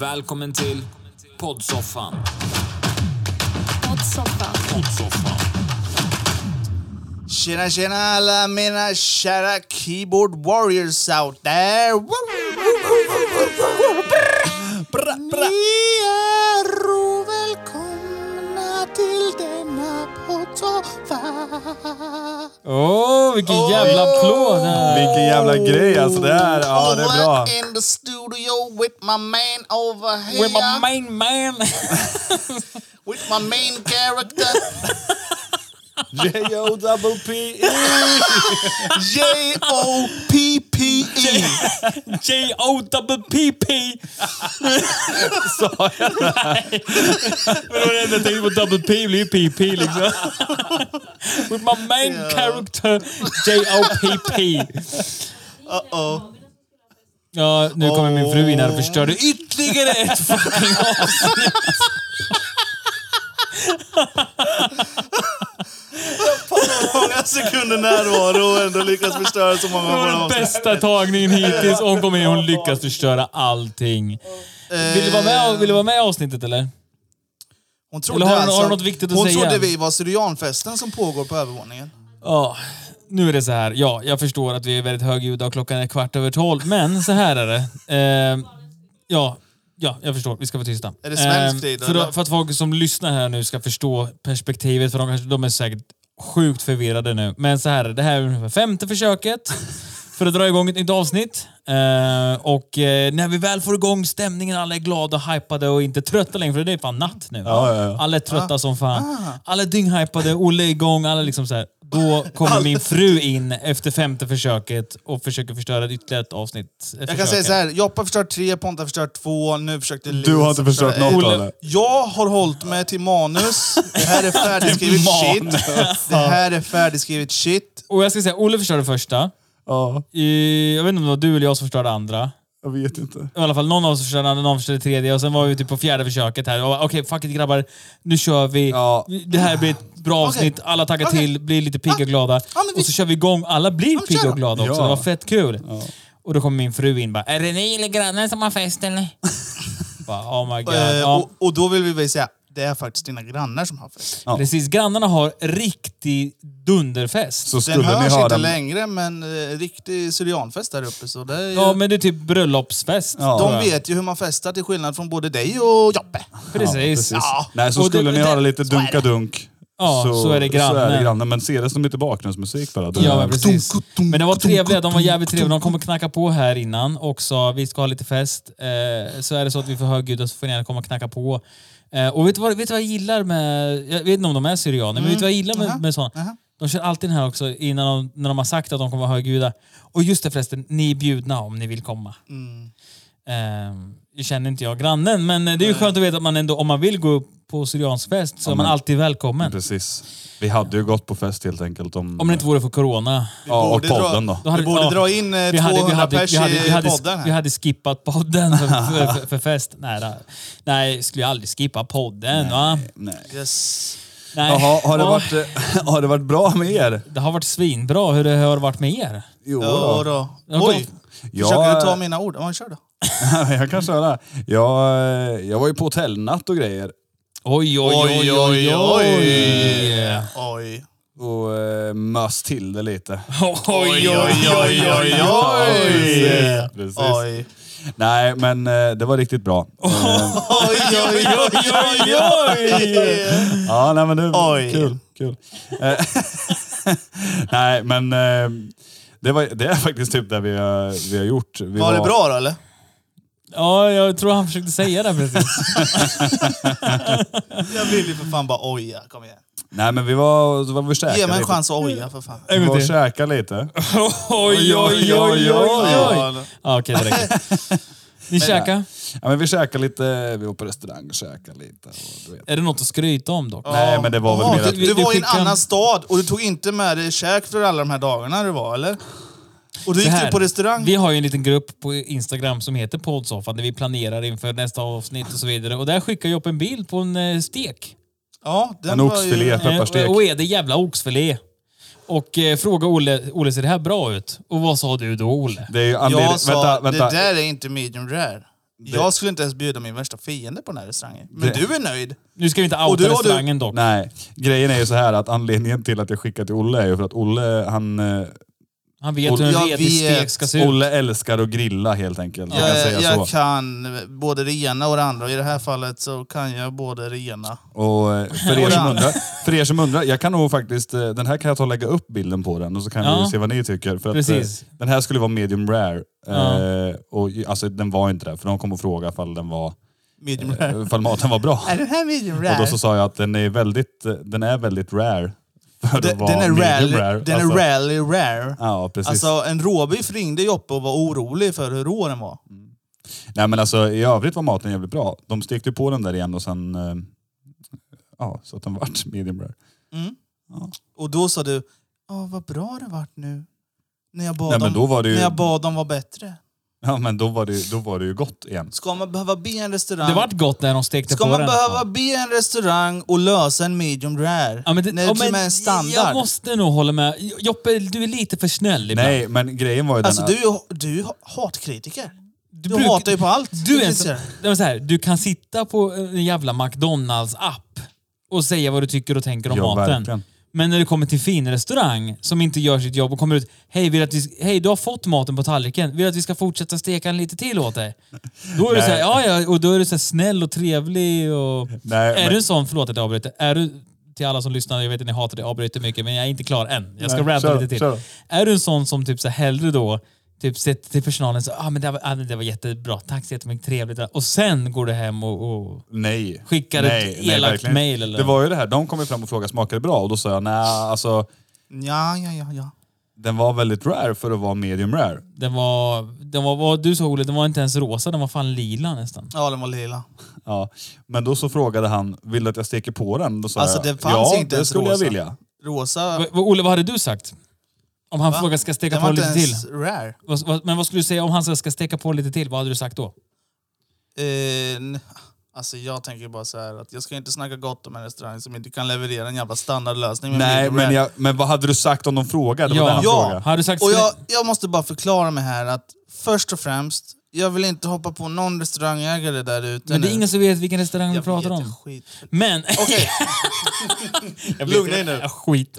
Välkommen till poddsoffan. Poddsoffan. Poddsoffan. Tjena, tjena alla mina kära keyboard warriors out there! Woo, woo, woo, woo, woo, woo. Brr, brr, brr. Ni är ovälkomna till denna poddsoffa Åh, vilken jävla applåd! Här. Vilken jävla grej alltså det här. Ja, det är bra. in the studio with my man over here With my main man! With my main character J-O-P-P-E! J-O-P-P-E E. J-O-P-P! Sa jag det? Men det var det enda jag tänkte på. Double P blir ju PP liksom. With my main character J-O-P-P. Uh-oh. Ja, nu kommer min fru in här och förstörde ytterligare ett fucking avsnitt. Många sekunder närvaro och ändå lyckas förstöra så många Det var den bästa tagningen hittills. Hon kommer in och hon lyckas förstöra allting. Vill du vara med, vill du vara med i avsnittet eller? Hon trodde, Eller har hon- alltså, har hon något viktigt att hon säga? trodde vi var syrianfesten som pågår på övervåningen. Ja, nu är det så här. Ja, jag förstår att vi är väldigt högljudda och klockan är kvart över tolv, men så här är det. Eh, ja, ja, jag förstår. Vi ska vara tysta. Ehm, Är det svensk tid, för, eller? då, för att folk som lyssnar här nu ska förstå perspektivet, för de, kanske, de är säkert sjukt förvirrade nu. Men så här är det. Det här är ungefär femte försöket för att dra igång ett nytt avsnitt. Eh, och eh, när vi väl får igång stämningen, alla är glada och hypade och inte trötta längre, för det är fan natt nu. Ja, ja, ja. Alla är trötta Ah. som fan. Alla är dynghypade, Olle är igång, alla liksom så här. Då kommer min fru in efter femte försöket och försöker förstöra ytterligare ett avsnitt. Jag kan säga så här, Joppa förstör tre, Ponta förstör två, nu försökte Lisa Du har inte förstöra förstört något ett. av det. Jag har hållit mig till manus. Det här är färdigskrivet shit. Det här är färdigskrivet shit. Och jag ska säga, Olle förstörde första. Ja, I- Jag vet inte om det var du eller jag som förstörde andra. jag vet inte. I alla fall någon av oss förstörde andra, någon förstörde tredje och sen var vi typ på fjärde försöket här. Och bara, Okej, fuck it grabbar. Nu kör vi. Ja. Det här blir ett bra avsnitt. Alla taggar Okej. till, blir lite pigga och glada. Ja, men vi- Och så kör vi igång. Alla blir men kör pigga då. och glada också. Ja. Det var fett kul. Och då kommer min fru in bara, är det ni eller grannen som har fest eller? bara, oh my god. Eh, Ja. och, och då vill vi väl säga, det är faktiskt dina grannar som har fest. Ja. Precis, grannarna har riktig dunderfest. Så Den skulle ni hörs ha inte den... längre, men eh, riktig syrianfest där uppe. Så det är ju... Ja, men det är typ bröllopsfest. Ja. tror De jag. vet ju hur man festar till skillnad från både dig och Joppe. Precis. Ja. Nej, så Och det- skulle ni det- ha det lite dunka-dunk. Ja, så är det Så är grannen. det grannen. Men se det som lite bakgrundsmusik bara. Den Ja, här- men precis. Men det var trevliga, de var jävligt trevliga. De kommer knacka på här innan och sa vi ska ha lite fest. Eh, så är det så att vi får högljudda så får ni gärna komma och knacka på. Eh, och vet du, vad, vet du vad jag gillar med, jag vet inte om de är syrianer, men vet du vad jag gillar med, med sådana? De kör alltid den här också innan de, när de har sagt att de kommer vara högljudda. Och just det förresten, ni är bjudna om ni vill komma. Ehm, Jag känner inte jag grannen, men det är ju skönt att veta att man ändå, om man vill gå upp på syriansk fest så är man men- alltid välkommen. Precis. Vi hade ju gått på fest helt enkelt om... Om det inte vore för corona. Ja, och Borde dra- podden då. Då hade- Vi borde ja. dra in eh, 200 pers vi hade, vi hade, i podden vi här. hade skippat podden för, för, för, för fest. Nej, då. nej, skulle jag aldrig skippa podden. Va? Nej. Yes. Nej. Jaha, har det, Ja, varit, eh, har det varit bra med er? det har varit svinbra hur det har varit med er. Jo Ja, då. då. Ja, Oj! Ja, Försöker du eh, ta mina ord? Ja, kör då. jag kan köra. Jag, eh, jag var ju på hotellnatt och grejer. Oj, oj, oj, oj, oj. Oj, Oj. Och eh, mös till det lite. oj, oj. oj, oj. Precis. Oj. Nej, men eh, det var riktigt bra. Eh, Oj, oj, oj, oj, oj! Ja, nej men det Oj. kul. kul. Eh, nej, men eh, det, var, det är faktiskt typ det vi har, vi har gjort. Vi Var det bra då eller? Ja, jag tror han försökte säga det precis. Jag vill ju för fan bara oja, kom igen. Nej, men vi var, så var vi och käkade Ge mig en lite. chans att oja för fan. Vi var och käkade lite. Oj, oj, oj, oj, oj. Ja, Ja, Okej, det räcker. Ni käkar? Ja, men vi käkade lite, vi var på restaurang och käkade lite. Och, du vet. Är det något att skryta om dock? Nej, men det var väl Ja, mer du, att vi- du var i en skickar- annan stad och du tog inte med dig käk för alla de här dagarna du var, eller? Och Så då gick här, du på restaurang. Vi har ju en liten grupp på Instagram som heter Poddsoffan där vi planerar inför nästa avsnitt och så vidare. Och där skickar jag upp en bild på en eh, stek. Ja, den En var oxfilé, Ju... pepparstek. Eh, och är det jävla oxfilé. Och eh, fråga Olle, Olle ser det här bra ut? Och vad sa du då Olle? Det är ju anled- Jag sa, vänta, vänta. det där är inte medium rare. Jag skulle inte ens bjuda min värsta fiende på den här restaurangen. Men Det- du är nöjd. Nu ska vi inte Och outa du- och du- restaurangen dock. Nej, grejen är ju så här att anledningen till att jag skickar till Olle är ju för att Olle, han, eh, Han vet Och- hur en Jag redig stek vet. ska se ut. Olle älskar att grilla helt enkelt. Jag kan Jag, säga jag, så. kan både det ena och det andra. Och I det här fallet så kan jag både det ena. Och eh, för er, Och som det- undrar, för er som undrar, jag kan nog faktiskt, eh, den här kan jag ta och lägga upp bilden på den och så kan Ja. vi se vad ni tycker. För att, eh, Precis. den här skulle vara medium rare. Ja. Eh, och, ju- alltså, den var inte det, för de kom och frågade ifall, den var, eh, Medium rare. ifall maten var bra. Är den här medium Och då rare? så sa jag att den är väldigt, eh, den är väldigt rare. För att Den, vara den är medium rally, den Alltså, är rally rare. Ja, precis. Alltså en råbiff ringde Joppe och var orolig för hur rå den var. Mm. Nej men alltså i övrigt var maten jävligt bra. De stekte ju på den där igen och sen... eh, Ja, så att den vart medium rare. Och då sa du, Åh, vad bra det vart nu. När jag bad, Nej, men om, då var det ju- när jag bad dem vara bättre. Ja men då var det, ju- då var det ju gott igen. Ska man behöva be en restaurang? Det vart gott när de stekte Ska på man den. behöva be en restaurang och lösa en medium rare? Ja, men det, när det ja, till och men med är en standard. Jag måste nog hålla med. Joppe, du är lite för snäll ibland. Nej men grejen var ju Alltså den du, är ju- du är hatkritiker. Du, bruk- hatar ju på allt. Du, är en, kritiserar. det var så här, du kan sitta på en jävla McDonalds-app och säga vad du tycker och tänker om Ja, maten. verkligen. Men när du kommer till fin restaurang som inte gör sitt jobb och kommer ut Hej, vill att vi, hej du har fått maten på tallriken. Vill du att vi ska fortsätta steka den lite till åt dig? Då är du så här, Nej. ja, ja, och då är du så här snäll och trevlig. Och... Nej, är men- du en sån, förlåt att jag avbryter, är du till alla som lyssnar, jag vet att ni hatar att jag avbryter mycket men jag är inte klar än. Jag ska Nej, ranta kör, lite till. kör. Är du en sån som typ så här hellre då typ ser till personalen så ah, men det, var, ah, men det var jättebra, tack så jättemycket, trevligt. Och sen går du hem och... och... Nej. Skickar ett elakt verkligen. mail eller? Det var ju det här, de kom ju fram och frågade smakade det bra och då sa jag nej alltså Ja, ja, ja, ja. den var väldigt rare för att vara medium rare. Den var, den var, vad du sa Olle, den var inte ens rosa, den var fan lila nästan. Ja, den var lila. Ja. Men då så frågade han, vill du att jag steker på den? Då sa Alltså, jag, det fanns ja inte det ens skulle rosa. jag vilja. Va- Rosa... va- Olle, vad hade du sagt? Om han Va? frågar ska jag steka Den på var inte lite till? ens rare. Vad- vad- Men vad skulle du säga om han sa ska jag steka på lite till? Vad hade du sagt då? Eh, n- alltså jag tänker bara så här att jag ska inte snacka gott om en restaurang som inte kan leverera en jävla standardlösning med Nej medium men, rare. jag, men vad hade du sagt om de frågade? Det var det han Ja. frågade. Hade du sagt Och "Skulle- jag, jag måste bara förklara mig här att först och främst, jag vill inte hoppa på någon restaurangägare där ute Men det är nu. ingen som vet vilken restaurang vi jag pratar vet om. Skit. Men... Okej, Jag lugna vet- er nu. Ja, Skit.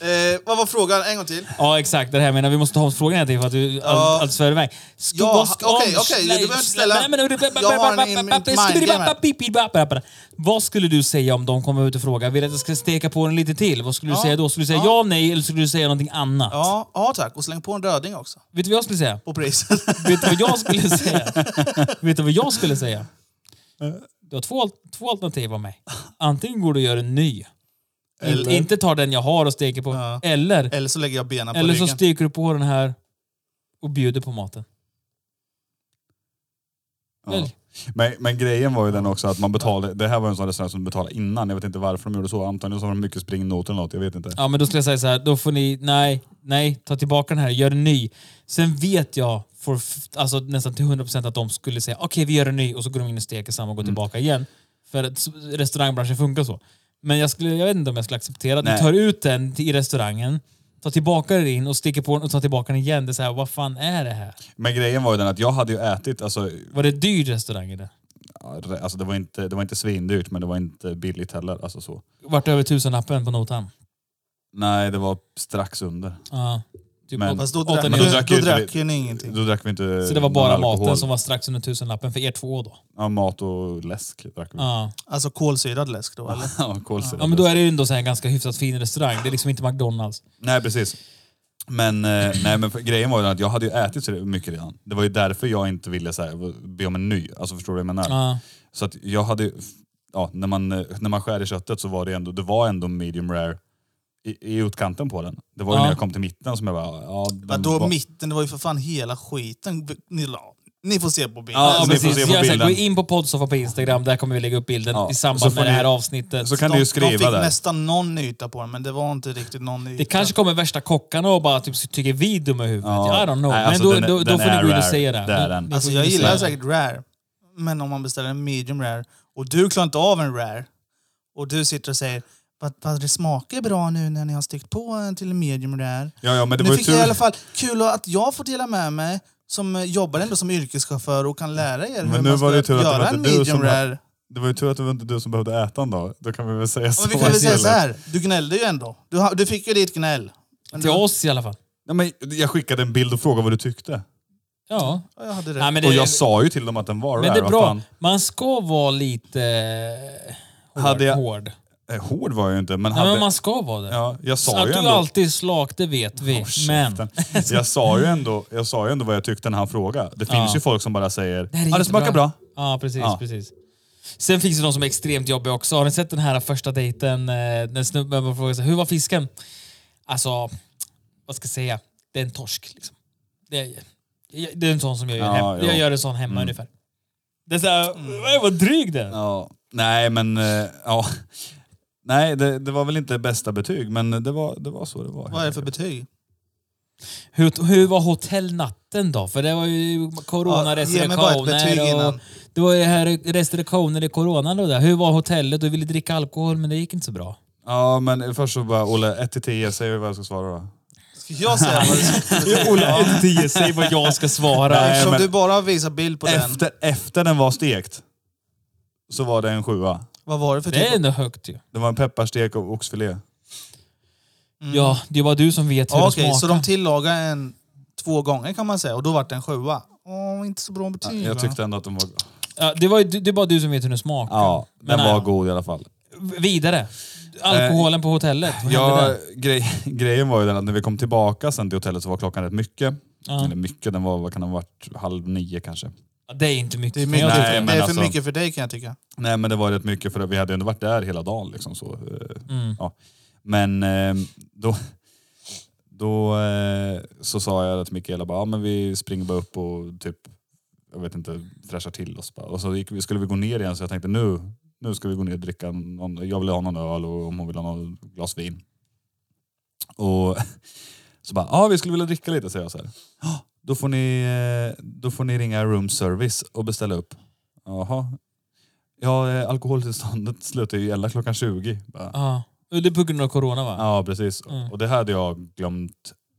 eh, vad var frågan? En gång till. Ja exakt, det här menar vi måste ta om frågan till för att du Ja. allt, allt svär iväg. Sko- Ja, vad ska- okej, om- okej, du behöver inte ställa- Nej, men- Jag har en in- in- mindgame här. Vad skulle du säga om de kommer ut och frågar vill du att jag ska steka på den lite till? Vad skulle du Ja. säga då? Skulle du säga Ja. ja, nej eller skulle du säga någonting annat? Ja, ja tack. Och släng på en röding också. Vet du vad jag skulle säga? På priset. Vet du vad jag skulle säga? Vet du vad jag skulle säga? Du har två, al- två alternativ av mig. Antingen går du och gör en ny. Eller. Inte tar den jag har och steker på. Ja. Eller, Eller så lägger jag benen på eller så ryggen. steker du på den här och bjuder på maten. Ja. Välj. Men, men grejen var ju den också att man betalade, det här var en sån restaurang som betalade innan. Jag vet inte varför de gjorde så. Antagligen så var det mycket springnoter eller något, jag vet inte. Ja, men då skulle jag säga så här, då får ni, nej, nej, ta tillbaka den här, gör en ny. Sen vet jag för, f- alltså, nästan till 100% att de skulle säga okej, vi gör en ny och så går de in och steker samma och går tillbaka igen. För att s- restaurangbranschen funkar så. Men jag, skulle, jag vet inte om jag skulle acceptera att ni Nej. tar ut den till- i restaurangen, tar tillbaka den in och steker på den och tar tillbaka den igen. Det är så här, vad fan är det här? Men grejen var ju den att jag hade ju ätit, alltså, Var det dyr restaurang i det? ja, re- alltså det, var inte, det var inte svindyrt men det var inte billigt heller. Alltså så. Vart över tusenlappen på notan? Nej, det var strax under. Ja. Typ Men- åt- Fast då åt en drack, Men ju- då hel- drack då ju inte drack vi- ju ni ingenting. Då drack vi inte så det var bara någon alkohol. maten som var strax under tusenlappen för er två då? Ja, mat och läsk drack vi. Ja. Alltså kolsyrad läsk då eller? Ja, kolsyra. Ja, men då är det ju ändå så här en ganska hyfsat fin restaurang. Det är liksom inte McDonalds. Nej, precis. Men, eh, nej, men för- grejen var ju den att jag hade ju ätit så mycket redan. Det var ju därför jag inte ville så här, be om en ny. Alltså förstår du vad jag menar? Ja. Så att jag hade, ja, när, man, eh, när man skär i köttet så var det ändå, det var ändå medium rare i, i utkanten på den. Det var ju Ja. när jag kom till mitten som jag bara... Ja, den Vadå var, mitten? Det var ju för fan hela skiten ni la. Ni får se på bilden. Alltså, Ja, Ja, ni får precis. se på Jag säger, bilden. gå in på Podsoffa på Instagram, där kommer vi lägga upp bilden Ja, i så samband får med det här ni- avsnittet. så kan de, ni ju de skriva fick där. nästan någon yta på den, men det var inte riktigt någon yta. Det kanske kommer värsta kockarna och bara typ, tycker vi är dumma i huvudet. Ja. I don't know. Nej, alltså, men då, den är- då, då den får är ni gå in och rare. säga det. Det är den. Ni- ni Alltså får jag gå in och gillar säga det. säkert rare. Men om man beställer en medium rare och du klarar inte av en rare och du sitter och säger vad, vad det smakar bra nu när ni har stekt på en till en medium rare. Ja, ja, men det nu var ju fick jag i tur. alla fall kul att jag får dela med mig som eh, jobbar ändå som yrkeschaufför och kan lära er hur nu man var det ska tur att det var göra en inte du medium som var- rare. Det var ju tur att det var inte du som behövde äta en dag. Då kan vi väl säga så. Men vi kan väl säga istället. så här. du gnällde ju ändå. Du, ha- du fick ju ditt gnäll. Men Till du- oss i alla fall. Nej, men jag skickade en bild och frågade vad du tyckte. Ja. Ja, jag hade Nej, rätt. men Och det, jag sa ju till dem att den var men där. det är vad bra. fan. Man ska vara lite eh, hård. Hade jag- hård. Eh, Hård var jag ju inte, men, Nej, hade... men man ska vara det. ja, jag sa att ju du ändå... alltid är slak, det vet Oh, vi. men Käften. Jag sa ju ändå, jag sa ju ändå vad jag tyckte när han frågade. Det finns Ja. ju folk som bara säger här är ja, det smakar bra. jättebra." Ja, precis, Ja. precis. Sen finns det de som är extremt jobbiga också. Har ni sett den här första dejten eh, när snubben bara frågar sig, hur var fisken? Alltså, vad ska jag säga? Det är en torsk. Liksom. Det, är, jag- det är en sån som jag gör Ja, hemma. Jag jo. gör en sån Mm. hemma ungefär. Det är såhär, "Oj, vad dryg den är. Ja. Nej, men... eh, Ja. Nej, det, det var väl inte bästa betyg, men det var, det var så det var. Vad är det för betyg? Hur, hur var hotellnatten då? För det var ju Ja, ge mig bara ett betyg coronarestriktioner. och innan. det var ju här restriktioner i coronan. Då där. Hur var hotellet? Du ville dricka alkohol, men det gick inte så bra. Ja, men först så bara, Olle, 1 till 10, säg vad jag ska svara då. Ska jag säga vad det Ola, inte tio, säg vad jag ska svara. Eftersom men- du bara har visat bild på den. Efter, efter den var stekt så var det en sjua. Vad var det för Det är typ? ändå högt ju. Det var en pepparstek och oxfilé. Mm. Ja, det var du som vet hur Ja, det Okej, smakar. så de tillagade en två gånger kan man säga och då vart det en sjua. Åh, inte så bra betyg Jag va? tyckte ändå att den var... ja, det, var, ju- det är bara du som vet hur den smakar. Ja, Eh, den Men, var ja. god i alla fall. Vidare. Alkoholen på hotellet. Vad hände Ja, där? grej, grejen var ju den att när vi kom tillbaka sen till hotellet så var klockan rätt mycket. Ja. Eller mycket, den var, vad kan den ha varit, halv nio kanske. Ja, det är inte mycket. Det är, men jag mycket, Nej, tycker- men det är för alltså- mycket för dig kan jag tycka. Nej men det var rätt mycket för att vi hade ju ändå varit där hela dagen. Liksom, så. eh, Mm. Ja. Men eh, då, då eh, så sa jag till Mikaela bara, ja, men vi springer bara upp och typ, jag vet inte, fräschar till oss. Bara. Och så gick, vi- skulle vi gå ner igen så jag tänkte nu, nu ska vi gå ner och dricka, någon, jag vill ha någon öl och om hon vill ha någon glas vin. Och så bara, ja vi skulle vilja dricka lite säger jag så här. "Ja, Då får, ni, eh, då får ni ringa room service och beställa upp. Jaha. Ja, eh, alkoholtillståndet slutar ju gälla klockan 20. Bara, Ja. Det är på grund av corona va? Ja, precis. Mm. Och det hade jag glömt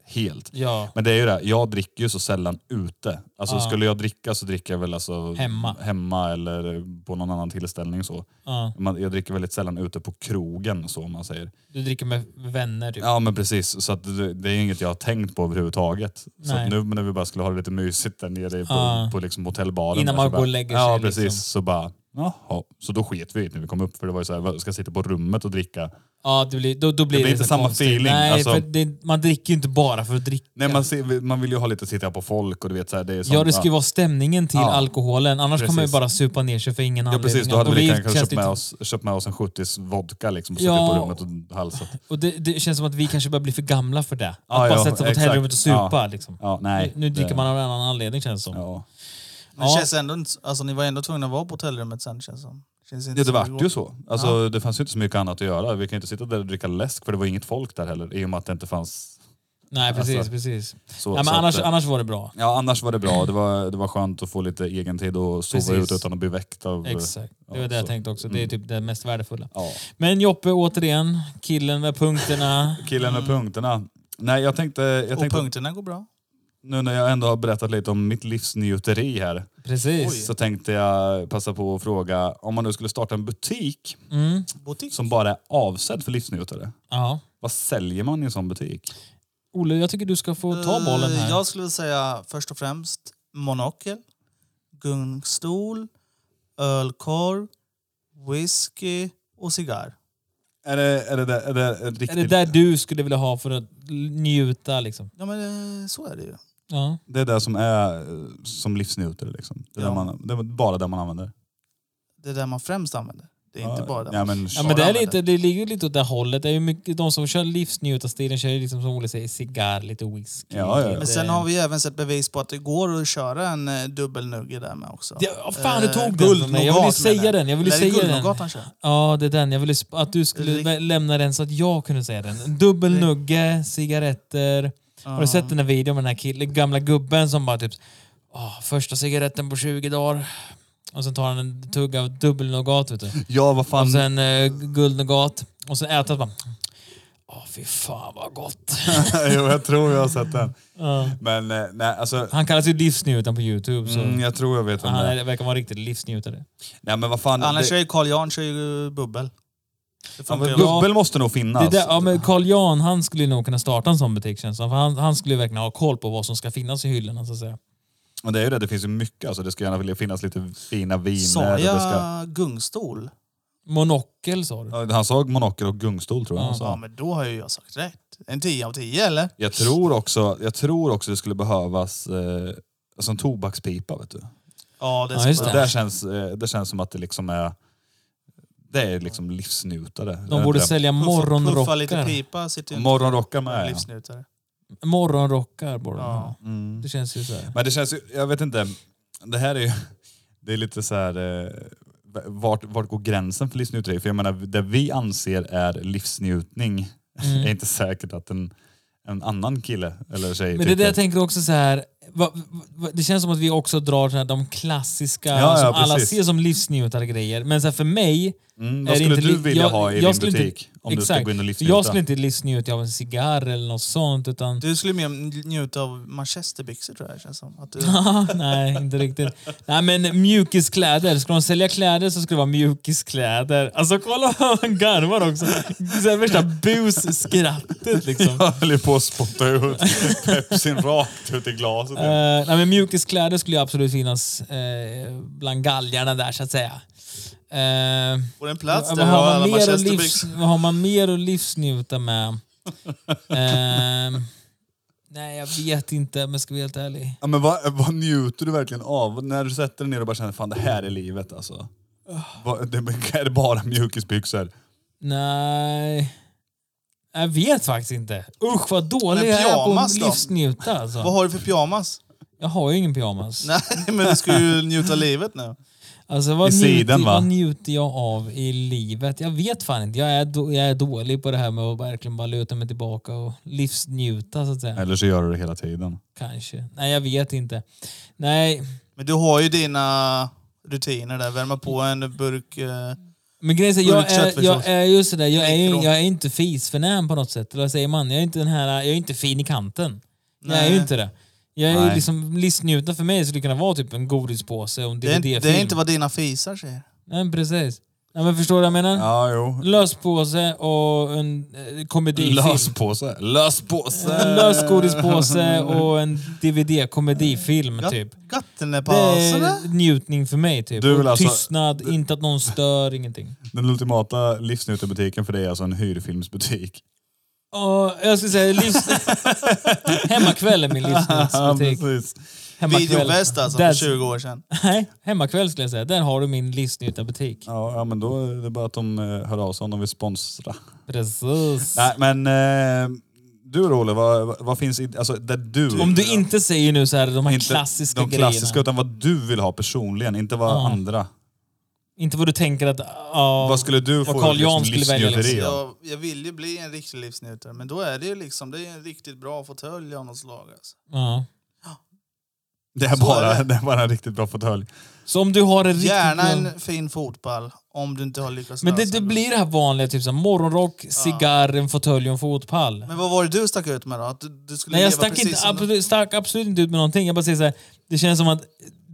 helt. Ja. Men det är ju det, jag dricker ju så sällan ute. Alltså Ja. skulle jag dricka så dricker jag väl alltså Hemma. hemma eller på någon annan tillställning så. ja. Man, jag dricker väldigt sällan ute på krogen så om man säger. Du dricker med vänner typ. Ja men precis, så att det, det är inget jag har tänkt på överhuvudtaget. Så Nej. att nu när vi bara skulle ha det lite mysigt där nere på, Ja. på liksom hotellbaren. Innan där, man så går bara, och lägger Ja sig, precis, liksom. så bara jaha. Så då sket vi i det när vi kom upp för det var ju såhär, vad, ska jag sitta på rummet och dricka? Ja, det blir, då, då blir Det det, blir inte så samma konstigt. feeling, Nej, alltså. för det, man dricker ju inte bara för att dricka. Nej man, ser, man vill ju ha lite sitta på folk och du vet såhär. Det är sånt, Ja, det ska ju vara stämningen till Ja. alkoholen. Annars kan man ju Precis. bara supa ner sig för ingen Ja anledning. precis, då hade Och vi det lika gärna kunnat känns köpt inte- med, oss, köpt med oss en 70s vodka liksom och Ja. suttit på rummet och halsat. Och det, det känns som att vi kanske börjar bli för gamla för det. Att Ja, bara ja, sätta sig på exakt. hotellrummet och supa. Ja. Liksom. Ja, nej. Nu dricker det- man alltså. av en annan anledning känns det som. Ja. Men Ja. det känns ändå inte, alltså, ni var ändå tvungna att vara på hotellrummet sen känns det som. Känns inte Ja, det som vart går. ju så. Alltså, Det fanns ju inte så mycket annat att göra. Vi kan ju inte sitta där och dricka läsk för det var inget folk där heller i och med att det inte fanns Nej, precis. Alltså, precis. så. Nej, så men att, annars, eh, annars var det bra. Ja, annars var det bra. Det var, det var skönt att få lite egen tid och sova Precis. ut utan att bli väckt av... Exakt. Det var ja, det jag så. Mm. tänkte också. Det är typ det mest värdefulla. Ja. Men Joppe återigen, killen med punkterna. Killen med Mm. punkterna. Nej, jag tänkte, jag Och tänkte punkterna går bra. nu när jag ändå har berättat lite om mitt livsnjuteri här Precis. så tänkte jag passa på att fråga om man nu skulle starta en butik Mm. Butik. som bara är avsedd för livsnjutare. Ja. Vad säljer man i en sån butik? Olle, jag tycker du ska få ta bollen Eh, här. Jag skulle säga först och främst monokel, gungstol, ölkorv, whisky och cigarr. Är det, är det, där- är det en riktig... Är det där du skulle vilja ha för att njuta liksom? Ja men eh, så är det ju. Ja. Det är det som är eh, som livsnjutare. Liksom. Det, är Ja. där man, det är bara det man använder. Det är det man främst använder. Det är inte bara det. Ja, men, Ja, men det, är använder. lite, det ligger ju lite åt det hållet. Det är ju mycket, de som kör livsnjutarstilen kör ju liksom som Olle säger cigarr, lite whisky. Ja, ja, ja. lite- Men sen har vi ju även sett bevis på att det går att köra en eh, dubbelnugge där med också. Ja, vad fan, du Eh, tog den guldnougat från mig. Jag ville ju säga menar den, jag ville Eller säga den. guldnougat han kör. Ja, det är den. Jag ville sp- att du skulle Rik- vä- lämna den så att jag kunde säga den. En Dubbel Rik- nugge, cigaretter. Har du sett den där videon med den här killen, gamla gubben som bara typ "Åh, första cigaretten på 20 dagar. Och sen tar han en tugga av dubbelnougat vet du. ja vad fan. Och sen eh, guldnougat. Och sen äter han bara Åh, fy fan vad gott. jo, jag tror jag har sett den. Men eh, nej, alltså, Han kallas ju livsnjutaren på Youtube. Så mm, jag tror jag vet vem det Han är. är, verkar vara en riktig livsnjutare. Nej, men vad fan. Annars det, kör ju Carl Jan kör ju bubbel. Det ja, funkar men ju. bubbel måste nog finnas. Det där, ja, men Carl Jan han skulle nog kunna starta en sån butik känns det som. För han, han skulle verkligen ha koll på vad som ska finnas i hyllorna så att säga. Men det är ju det, det finns ju mycket. Alltså, det ska gärna vilja finnas lite fina viner. och Sa det ska, jag gungstol? Monokel sa du? Ja, han sa monokel och gungstol tror jag han Ja, sa. men då har ju jag sagt rätt. En 10 av 10 eller? Jag tror också, jag tror också det skulle behövas eh, alltså en tobakspipa. Vet du. Ja, det Ja, ska just Det, man- där känns, eh, det känns som att det liksom är det är liksom livsnjutare. Är De det borde inte sälja Puffa- Puffa lite morgonrockar. pipa, sitter det? ju Morgonrockar inte med. Ja. livsnjutare. Morgonrockar borde de Ja. ha. Mm. Det känns ju så här. Men det känns ju, jag vet inte, det här är ju, det är lite så här, eh, vart, vart går gränsen för livsnjuteri? För jag menar, det vi anser är livsnjutning Mm. är inte säkert att en, en annan kille eller Men tjej det där tycker. jag tänker också så här. Va, va, det känns som att vi också drar så här, de klassiska Ja, ja, som alla precis. ser som livsnjutare-grejer. Men så här, för mig... Mm, är vad det skulle inte du li- vilja jag- ha i jag din skulle inte- butik? om du ska exakt. gå in och För livsnjuta? jag skulle inte livsnjuta av en cigarr eller något sånt. Utan, Du skulle mer njuta av manchesterbyxor tror jag det känns som. Att du, Ah, Nej, inte riktigt. Nej, men mjukiskläder. Skulle de sälja kläder så skulle det vara mjukiskläder. Alltså kolla vad han garvar också. Det är värsta busskrattet liksom. Jag höll ju på att spotta ut pepsin rakt ut i glaset. Eh, nej, men mjukiskläder skulle ju absolut finnas eh, bland galgarna där så att säga. Eh, får en plats där vad, du har har alla man mer att livs, manchesterbyxor. vad har man mer att livsnjuta med? Eh, nej, jag vet inte men ska vi vara helt ärlig. Ja, men vad, vad njuter du verkligen av? När du sätter dig ner och bara känner fan det här är livet alltså. Ah. Vad- Det är det bara mjukisbyxor. Nej. Jag vet faktiskt inte. Usch vad dålig Men jag är på pyjamas att då? livsnjuta Vad alltså. har du för pyjamas? Jag har ju ingen pyjamas. Nej, men du ska ju njuta livet nu. Alltså, vad, I sidan, njuter, va? vad njuter jag av i livet? Jag vet fan inte. Jag är, då, jag är dålig på det här med att verkligen bara luta mig tillbaka och livsnjuta så att säga. Eller så gör du det hela tiden. Eh. Kanske. Nej, jag vet inte. Nej, Men du har ju dina rutiner där. Värma på en burk. eh, men grejen är, jag är, Burkköttfärssås. jag är ju sådär, jag är, ju- Mikron. jag är inte fisförnäm på något sätt. Eller vad säger man? Jag är inte den här, jag är inte fin i kanten. Jag är Nej. ju inte det. Jag är ju Nej. liksom, livsnjuten för mig skulle det kunna vara typ en godispåse och en Det är, DVD-film. inte- det är inte vad dina fisar säger. Nej, precis. Nej, men förstår du vad jag menar? Ja, jo. Löspåse och en eh, komedifilm. Löspåse. Löspåse. En lösgodispåse och en DVD-komedifilm Gat- typ. Det Gattenepaserna? är njutning för mig typ. Du vill Och alltså- Tystnad, inte att någon stör, ingenting. Den ultimata livsnjutarbutiken för dig är alltså en hyrfilmsbutik. Och jag skulle säga livs... Hemmakväll är min Ja, livsnjutsbutik. precis. Videofest alltså, för That's- 20 år sedan. Nej, hemmakväll skulle jag säga. Där har du min livsnjutarbutik. Ja, ja, men då är det bara att de eh, hör av sig om de vill sponsra. Precis. Nej, men eh, du då, Olle, vad, vad- vad finns i, alltså, där du... Om du inte säger nu så här de här Inte klassiska de klassiska, grejerna. utan vad du vill ha personligen, inte vad Ja. andra. Inte vad du tänker att... ja, Vad skulle du få Carl Jan skulle välja, livsnjuteri liksom. av? Jag, jag vill ju bli en riktig livsnjutare, men då är det ju liksom, det är ju en riktigt bra fåtölj av något slag. Alltså. ja. Det är, Så bara, är det. det är bara en riktigt bra fåtölj. Så om du har en riktigt... Gärna bra- en fin fotboll, om du inte har lyckats Men det, lösa det blir det här vanliga, typ så här, morgonrock, cigarr, en fåtölj och en fotpall. Men vad var det du stack ut med då? Att du, du skulle Nej, jag leva stack, precis inte, som du- absolut, stack absolut inte ut med någonting. Jag bara säger så här, det känns som att...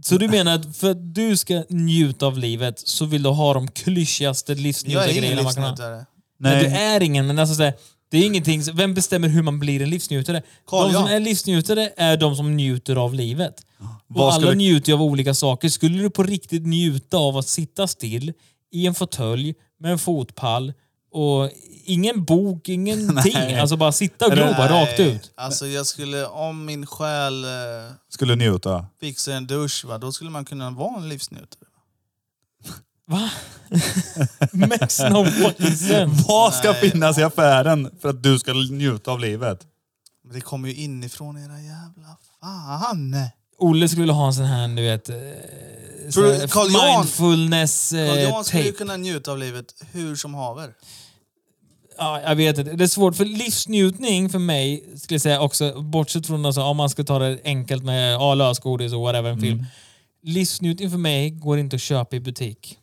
Så du menar att för att du ska njuta av livet så vill du ha de klyschigaste Jag är ingen livsnjutargrejerna man kan ha? livsnjutare. Nej. du är ingen, men alltså så här, det är ingenting... som- Vem bestämmer hur man blir en livsnjutare? Carl Ah, de som Jan. är livsnjutare är de som njuter av livet. Vad Och alla skulle- njuter ju av olika saker. Skulle du på riktigt njuta av att sitta still i en fåtölj med en fotpall och ingen bok, ingenting. alltså bara sitta och glo bara rakt Nej, ut. Alltså jag skulle, om min själ eh, Skulle njuta. fick sig en dusch, va, då skulle man kunna vara en livsnjutare. Va? Makes no fucking sense. Vad ska Nej. finnas i affären för att du ska njuta av livet? Men det kommer ju inifrån era jävla fan. Eh, Olle skulle vilja ha en sån här, du vet, eh, sån du här Carl Jan- mindfulness Carl eh, Jan skulle ju tape. kunna njuta av livet hur som haver. Ja, jag vet inte. Det är svårt, för livsnjutning för mig, skulle jag säga också, bortsett från alltså, om man ska ta det enkelt med ja, lösgodis och Mm. whatever, en film. Livsnjutning för mig går inte att köpa i butik.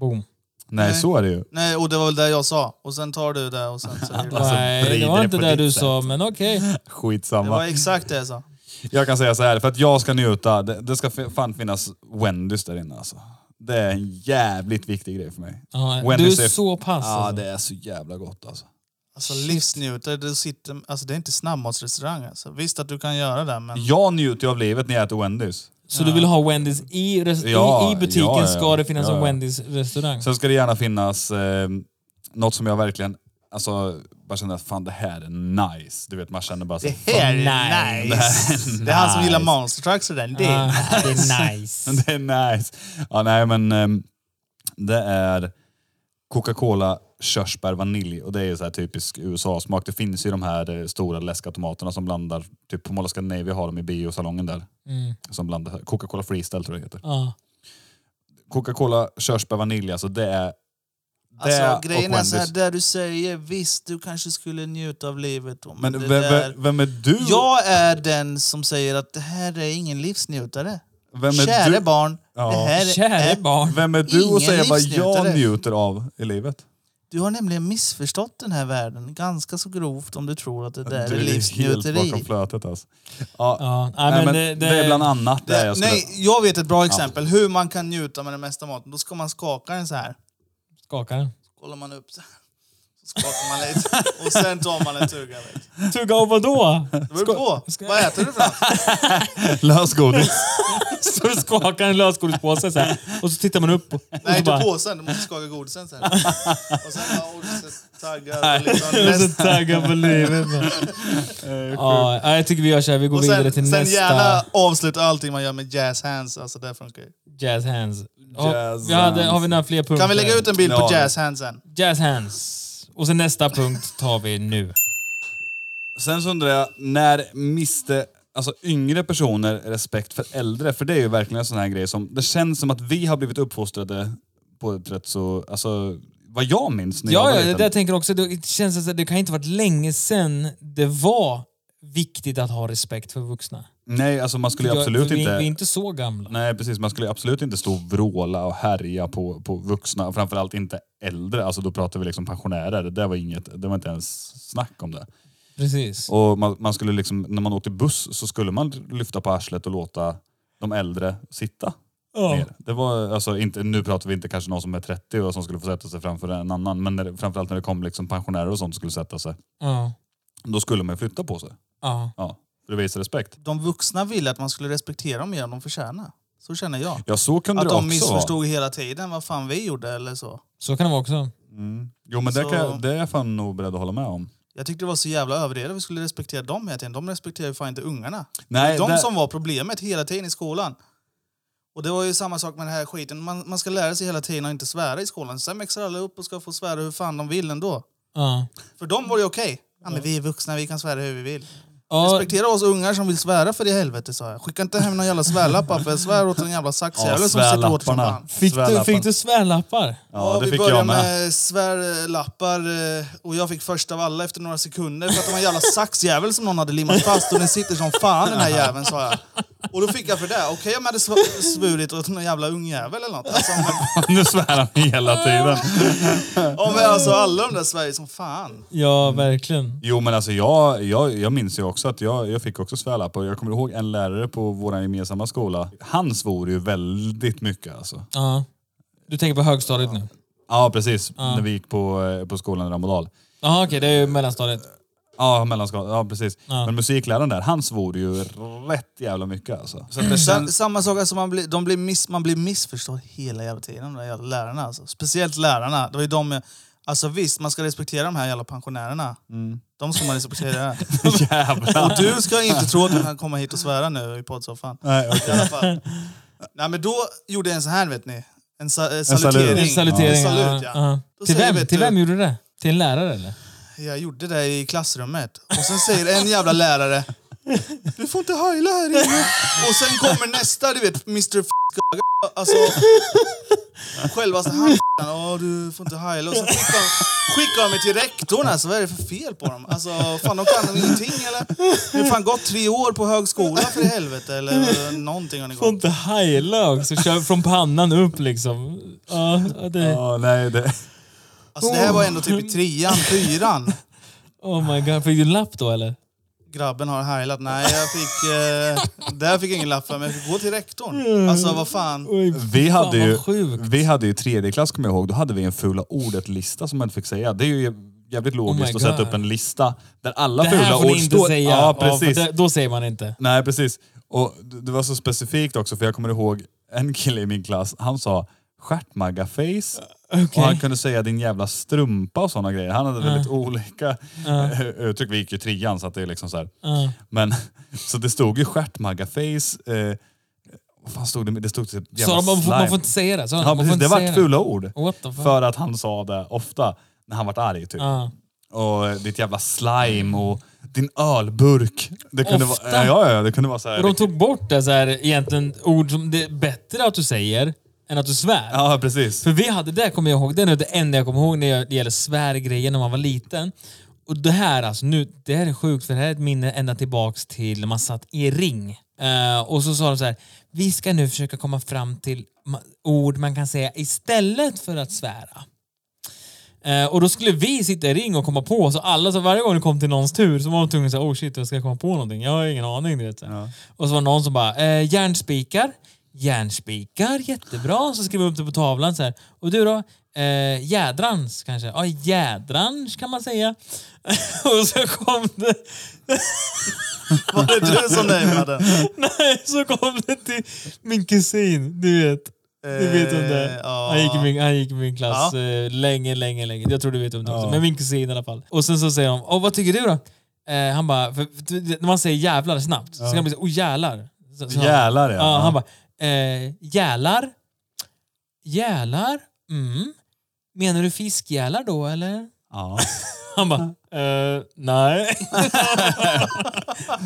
Boom. Nej, så är det ju. Nej, och det var väl det jag sa. Och sen tar du det och sen säger du. Alltså, Nej, det vrider var det inte på det ditt du sätt. sa, men okej. Skitsamma. Det var exakt det jag sa. Jag kan säga så här, för att jag ska njuta, det, det ska f- fan finnas Wendys där inne alltså. Det är en jävligt viktig grej för mig. Ja, du Wendys är så pass Ja, alltså. det är så jävla gott alltså. Alltså livsnjutare, du sitter, alltså, det är inte snabbmatsrestaurang. Alltså. Visst att du kan göra det, men... Jag njuter ju av livet när jag äter Wendys. Så du vill ha Wendys i, res- Ja, i, i butiken ja, ja, ska det finnas ja, en ja. Wendys restaurang. Sen ska det gärna finnas eh, något som jag verkligen, alltså bara känner att fan det här är nice. Du vet man känner bara så, Det här är Nej. nice! Det är han som Nice. gillar monster trucks och den. Det är Ah, det är nice. det är nice. Ja nej men ehm, det är Coca-Cola, körsbär, vanilj och det är ju så här typisk USA-smak. Det finns ju de här eh, stora läskiga tomaterna som blandar, typ på Mall of Scandinavia har de i biosalongen där. Som blandar, Coca-Cola Freestyle tror jag det heter. Mm. Ja. Coca-Cola, körsbär, vanilj alltså det är det Alltså, och grejen är så här, Wendys. det du säger, visst du kanske skulle njuta av livet. då, Men Men det vem, där, vem, vem är du? jag är den som säger att det här är ingen livsnjutare. vem är Kära du? barn, Ja. det här Kära är... barn. Vem är du Ingen och säger vad livsnjutare. jag njuter av i livet? Du har nämligen missförstått den här världen ganska så grovt om du tror att det där du är helt bakom livsnjuteri. flötet alltså. Ja, Ja, nej, nej, men men det- det, det- är bland annat det, Det, jag skulle... nej, jag vet ett bra exempel hur man kan njuta med den mesta maten. Då ska man skaka den så här. Skakar den. kollar man upp så här. Så skakar man lite och sen tar man en tugga. vet du. Tugga av vadå? Det beror på. Vad äter du för något? Lösgodis. Så du skakar en lösgodispåse så här. Och så tittar man upp och, och Nej, så inte bara... påsen. Du måste skaka godisen sen. Och sen bara ordet taggar och liksom Jag är så näst- taggad på livet. man. ja, nej, jag tycker vi gör så här, vi går Eh, Och vidare till sen, sen nästa. gärna avsluta allting man gör med jazz hands. Alltså det funkar ju. Jazz hands. Har- Jazz vi hade, har vi hands. några fler punkter? Kan vi lägga ut en bild på Ja. jazz hands sen? Jazz hands. Och sen nästa punkt tar vi nu. Sen så undrar jag, när miste alltså, yngre personer respekt för äldre? För det är ju verkligen en sån här grej som... Det känns som att vi har blivit uppfostrade på ett rätt så... Alltså, vad jag minns när jag Ja, var ja det liten. där tänker jag också. Det känns som att det kan inte varit länge sedan det var viktigt att ha respekt för vuxna. Nej, alltså man skulle ju Jag- absolut för vi, inte... Vi är inte så gamla. Nej precis, man skulle ju absolut inte stå och vråla och härja på, på vuxna. och Framförallt inte äldre, alltså då pratar vi liksom pensionärer. Det, där var inget, det var inte ens snack om det. Precis. Och man, man skulle liksom, när man åkte buss så skulle man lyfta på arslet och låta de äldre sitta. Ja. ner. Det var, alltså, inte, nu pratar vi inte kanske någon som är 30 och som skulle få sätta sig framför en annan, men när, det- framförallt när det kom liksom pensionärer och sånt som skulle sätta sig, Ja. då skulle man ju flytta på sig. ja. Ja, för att visa respekt. De vuxna ville att man skulle respektera dem mer än de förtjänar. Så känner jag. Ja, så kunde Att det de också vara. missförstod hela tiden vad fan vi gjorde eller så. Så kan det vara också. Jo, men det, Så- kan, jag- det är jag fan nog beredd att hålla med om. Jag tyckte det var så jävla överdrivet. Vi skulle respektera dem hela tiden. De respekterar ju fan inte ungarna. Nej, de det- som var problemet hela tiden i skolan. Och det var ju samma sak med den här skiten. Man, man ska lära sig hela tiden att inte svära i skolan. Sen växer alla upp och ska få svära hur fan de vill ändå. Ja. För dem var det okej. Ja, men vi är vuxna, vi kan svära hur vi vill. Ja, Respektera oss ungar som vill svära för i helvete, sa jag. Skicka inte hem några jävla svärlappar för jag svär åt en jävla saxjävel som sitter åt som fan. fick, du, Svärlappen. fick du svärlappar? Ja, det vi fick började jag med. med svärlappar eh, och jag fick först av alla efter några sekunder för att det var en jävla saxjävel som någon hade limmat fast och den sitter som fan den här jäveln sa jag. Och då fick jag för det. Okej om jag hade sv- svurit åt någon jävla ungjävel eller något. Alltså, men, nu svär han hela tiden. ja, men alltså alla de där Sverige som fan. Ja, verkligen. Jo men alltså jag, jag, jag minns ju också att jag, jag fick också svärlappar. Jag kommer ihåg en lärare på vår gemensamma skola. Han svor ju väldigt mycket alltså. Ja. Du tänker på högstadiet nu? Ja precis, när vi gick på, eh, på skolan i Ramodal. Ja, okej, det är ju mellanstadiet. Ja, mellanskolan. Ja, precis. Men musikläraren där, han svor ju rätt jävla mycket alltså. Så att Sen, det känns... samma sak, alltså man, blir, de blir miss, man blir missförstådd hela jävla tiden, de där jävla lärarna. Alltså. Speciellt lärarna. Det var ju de, jag- alltså visst, man ska respektera de här jävla pensionärerna. Mm. De ska man respektera. Jävlar! Och du ska inte tro att du kan komma hit och svära nu i poddsoffan. Nej, okej. I alla fall. Nej men då gjorde jag en så här vet ni. En, sa- eh, salut. salutering. En salutering. En salut, ja. ja. Då Till, säger vem, vi att till du- vem gjorde du det? Till en lärare eller? Jag gjorde det i klassrummet. Och sen säger en jävla lärare. Du får inte heila här inne. Och sen kommer nästa, du vet, Mr. F- Alltså, Självaste han Åh, du får inte heila. Och så skickar de, skickar de mig till rektorn. Alltså, vad är det för fel på dem? Alltså, fan, de kan ingenting eller? Det har fan gått tre år på högskolan för i helvete. Eller någonting har ni Får gått. inte heila också. Kör från pannan upp liksom. Ja, det, Ja, nej, det, Alltså, det här var ändå typ i trean, fyran. oh my god. Fick du en lapp då eller? Grabben har heilat. Nej, jag fick... Eh, där fick jag ingen lapp för, men jag fick gå till Mm. rektorn. Alltså, vad fan. Oj, vi, hade vad ju, sjukt. vi hade ju tredje klass kommer jag ihåg, då hade vi en fula ordet-lista som man inte fick säga. Det är ju jävligt logiskt att sätta Oh God. upp en lista där alla Det här fula får ord ni inte står. säga. Ja, för precis. det, då säger man inte. Nej, precis. Och det det var så specifikt också, för jag kommer ihåg en kille i min klass, han sa stjärtmaggaface. Eh, Och han kunde säga din jävla strumpa och sådana grejer. Han hade väldigt olika eh, uttryck. Vi gick ju i trean så att det är liksom så här. Eh. Men så det stod ju stjärtmaggaface. Eh, vad fan stod det? Det stod typ Så jävla de, man, får, man slime. får inte säga det. Så Ja, man får precis, inte det säga vart fula ord. What the fuck? För att han sa det ofta när han vart arg typ. Ja. Och eh, ditt jävla slime och din ölburk. Det kunde Ofta? vara... Ja, ja, det kunde vara så här. Och de tog bort det så här, egentligen ord som det är bättre att du säger än att du svär. Ja, precis. För vi hade det, kommer jag ihåg, det är nog det enda jag kommer ihåg när jag- det gäller svärgrejen när man var liten. Och det här alltså, nu, det här är sjukt för det här är ett minne ända tillbaks till när man satt i ring. Eh, och så sa de så här, vi ska nu försöka komma fram till ma- ord man kan säga istället för att svära. Eh, och då skulle vi sitta i ring och komma på, så alla så varje gång det kom till någons tur så var de tvungna att säga oh shit, jag ska komma på någonting. Jag har ingen aning. Du vet, så här. Och så var det någon som bara, eh, järnspikar, järnspikar, jättebra. Så skrev jag upp det på tavlan så här. Och du då? Eh, jädrans kanske? Ja, jädrans kan man säga. och så kom det Var det du som nejmade? Nej, så kom det till min kusin, du vet. Du vet om det är. Eh, ja. han, gick i min, han gick i min klass Ja. eh, länge, länge, länge. Jag tror du vet om det också. Men min kusin i alla fall. Och sen så säger de, Åh, vad tycker du då? Eh, han bara, för, för, när man säger jävlar snabbt så kan man bli såhär, oh jälar. Så, så han- Jälar ja. Ja, han bara, eh, jälar? Jälar? Mm. Menar du fiskjälar då eller? Ja. Han bara, eh, nej.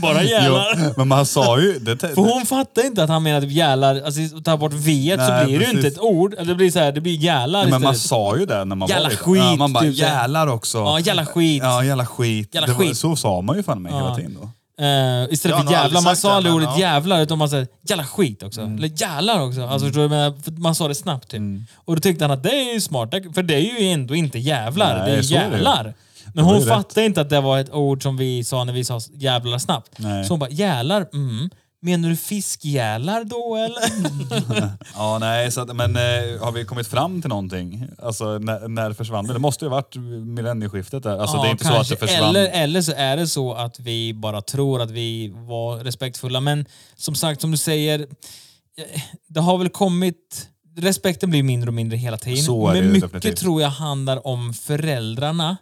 Bara jälar. Jo, men man sa ju... Det, För hon fattar inte att han menar typ jälar, alltså ta bort v så Nej, blir det ju precis. inte ett ord. Eller Det blir så här, det blir jälar men man istället. sa ju det när man Jävla var liten. skit, ja, Man bara, typ så här. jälar också. Ja, jävla skit. Ja, jävla skit. Jävla det var, skit. Så sa man ju fan mig hela tiden då. Eh, Jag istället har för nog aldrig jävlar, man sagt sa det, aldrig men ordet ja. jävlar utan man sa jävla skit också. Mm. Eller jävlar också. Alltså, förstår du, vad jag menar? För man sa det snabbt typ. Och då tyckte han att det är ju smart, Det- för det är ju ändå inte jävlar, Nej, det är så är det ju. jälar. Men var hon ju rätt. fattade inte att det var ett ord som vi sa när vi sa jävlar snabbt. Nej. Så hon bara, jälar, mm. Menar du fiskjälar då eller? Ja, nej, så att, men eh, har vi kommit fram till någonting? Alltså, när, när försvann det? Det måste ju ha varit millennieskiftet där. Alltså, det är inte så att det kanske. försvann. Eller, eller så är det så att vi bara tror att vi var respektfulla. Men som sagt, som du säger, eh, det har väl kommit... Respekten blir mindre och mindre hela tiden. Så är det men ju mycket definitivt. tror jag handlar om föräldrarna.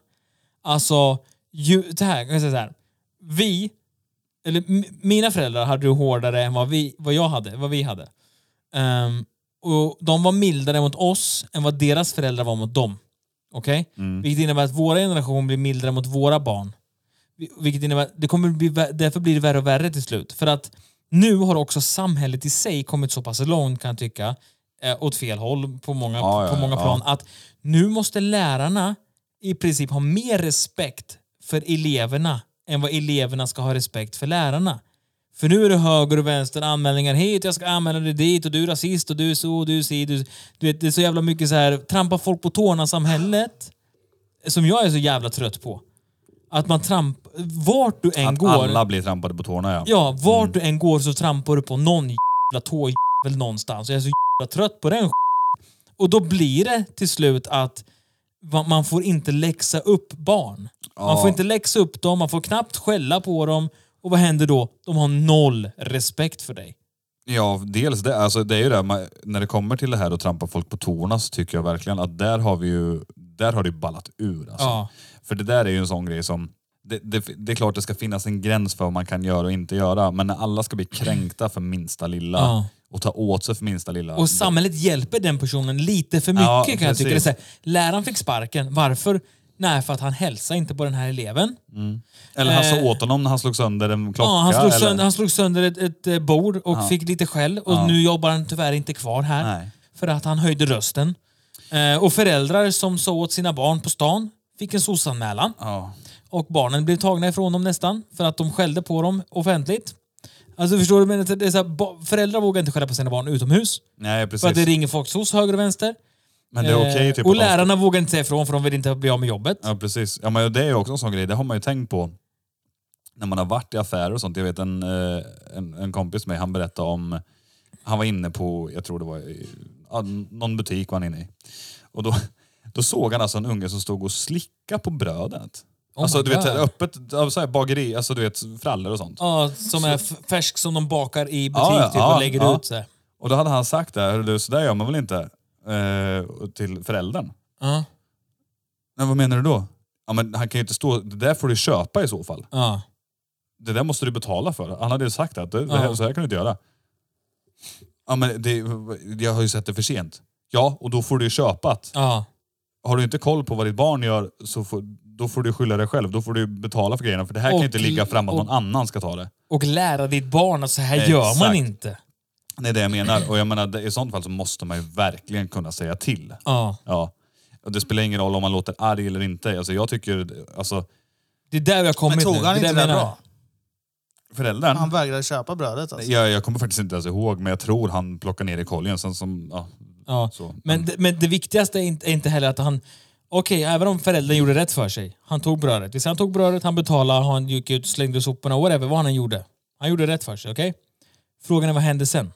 Alltså, ju, det här, kan jag säga så här. Vi, eller m- mina föräldrar hade ju hårdare än vad, vi, vad jag hade, vad vi hade. Ehm, och de var mildare mot oss än vad deras föräldrar var mot dem. Okej? Mm. Vilket innebär att våra generation blir mildare mot våra barn. Vi- Vilket innebär att det kommer bli, vä- därför blir det värre och värre till slut. För att nu har också samhället i sig kommit så pass långt kan jag tycka, eh, åt fel håll på många, Ja, ja, på många ja. plan, att nu måste lärarna i princip ha mer respekt för eleverna än vad eleverna ska ha respekt för lärarna. För nu är det höger och vänster anmälningar hit, jag ska anmäla dig dit och du är rasist och du är så och du är si. Du, du vet, det är så jävla mycket så här trampa folk på tårna-samhället som jag är så jävla trött på. Att man tramp... Vart du än Att går... alla blir trampade på tårna ja. Ja, vart Mm. du än går så trampar du på någon jävla tåjävel någonstans. Jag är så jävla trött på den skiten. Och då blir det till slut att va- man får inte läxa upp barn. Man Ja. får inte läxa upp dem, man får knappt skälla på dem. Och vad händer då? De har noll respekt för dig. Ja, dels det. Alltså det är ju det, man, när det kommer till det här att trampa folk på tårna så tycker jag verkligen att där har vi ju, där har det ju ballat ur. Alltså. Ja. För det där är ju en sån grej som, det, det, det är klart det ska finnas en gräns för vad man kan göra och inte göra, men när alla ska bli kränkta för minsta lilla Ja. och ta åt sig för minsta lilla. Och samhället hjälper den personen lite för mycket Ja, kan jag tycka. Det är precis. så här, läraren fick sparken, varför? Nej, för att han hälsade inte på den här eleven. eller han sa eh, åt honom när han slog sönder en klocka. Ja, han slog eller, sönder, han slog sönder ett, ett eh, bord och fick lite skäll och nu jobbar han tyvärr inte kvar här. Nej. för att han höjde rösten. Eh, och föräldrar som sa åt sina barn på stan fick en soc-anmälan. Ja. Och barnen blev tagna ifrån dem nästan för att de skällde på dem offentligt. Alltså förstår du? Men det är så här, ba- föräldrar vågar inte skälla på sina barn utomhus. Nej, För att det precis. ringer folk hos höger och vänster. Men det är okej. Eh, typ, och att de- lärarna vågar inte säga ifrån för de vill inte bli av med jobbet. Ja, precis. Ja, men det är ju också en sån grej, det har man ju tänkt på när man har varit i affärer och sånt. Jag vet en, eh, en, en kompis med han berättade om, han var inne på, jag tror det var i- ja, någon butik var han inne i. Och då, då såg han alltså en unge som stod och slickade på brödet. Oh alltså my du vet God. öppet, ja, så här, bageri, alltså du vet frallor och sånt. Ja, som är f- färsk som de bakar i butik Ja, ja, typ, och ja, lägger ja. ut. Så här. Och då hade han sagt det här, "Hörru du, så där gör man väl inte? Eh, till föräldern. Ja, Men vad menar du då? Ja men han kan ju inte stå, det där får du köpa i så fall. ja. det där måste du betala för. Han hade ju sagt att det, det Ja. här, så här kan du inte göra. Ja, men det, jag har ju sett det för sent. Ja, och då får du ju köpa att. ja. Har du inte koll på vad ditt barn gör, så får, då får du skylla dig själv. Då får du betala för grejerna. För det här kan Och- ju inte ligga fram att och- någon annan ska ta det. Och lära ditt barn att så här gör man Exakt. inte. Det är det jag menar. Och jag menar, det- i sånt fall så måste man ju verkligen kunna säga till. Ja. Ja. Och Det spelar ingen roll om man låter arg eller inte. Alltså, jag tycker, alltså, Det är där jag kommit Men tog nu. han det inte där det menar jag. bra? föräldern... Han vägrade köpa brödet alltså. jag, jag kommer faktiskt inte ens ihåg, men jag tror han plockade ner i kolgen. Sen som, ja, Ja. så. Men, det- men det viktigaste är inte, är inte heller att han... Okej, även om föräldern gjorde rätt för sig. Han tog brödet. Visst, han tog brödet, han betalade, han gick ut, slängde soporna, whatever, vad han än gjorde. Han gjorde rätt för sig, okej? Frågan är vad hände sen?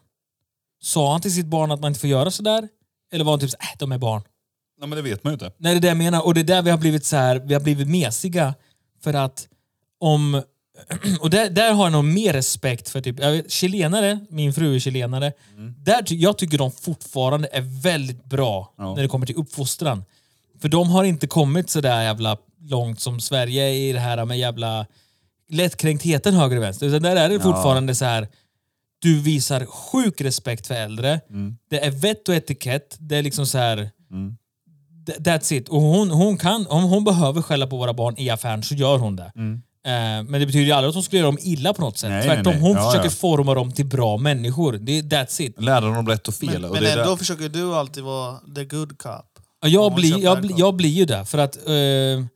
Sa han till sitt barn att man inte får göra sådär? Eller var han typ såhär, äh, de är barn. Nej, men det vet man ju inte. Nej, det är det jag menar. Och det är där vi har blivit så här, vi har blivit mesiga. För att om... Och där, där har jag nog mer respekt för typ, jag vet, chilenare, min fru är chilenare. Där, ty- jag tycker de fortfarande är väldigt bra Ja. när det kommer till uppfostran. För de har inte kommit så där jävla långt som Sverige i det här med jävla lättkränktheten höger och vänster. Utan där är det fortfarande så här du visar sjuk respekt för äldre. Det är vett och etikett. Det är liksom så här... Th- That's it. Och hon, hon kan, om hon behöver skälla på våra barn i affären så gör hon det. Eh, men det betyder ju aldrig att hon skulle göra dem illa på något sätt. Mm. Nej, Tvärtom, nej, nej. hon Ja, försöker ja. forma dem till bra människor. Det, är- that's it. Lära dem rätt och fel. Men, och men det är ändå det- försöker du alltid vara the good cop. Ja, Om Jag, hon blir, köper jag, blir, alkohol. jag blir ju det. För att... eh,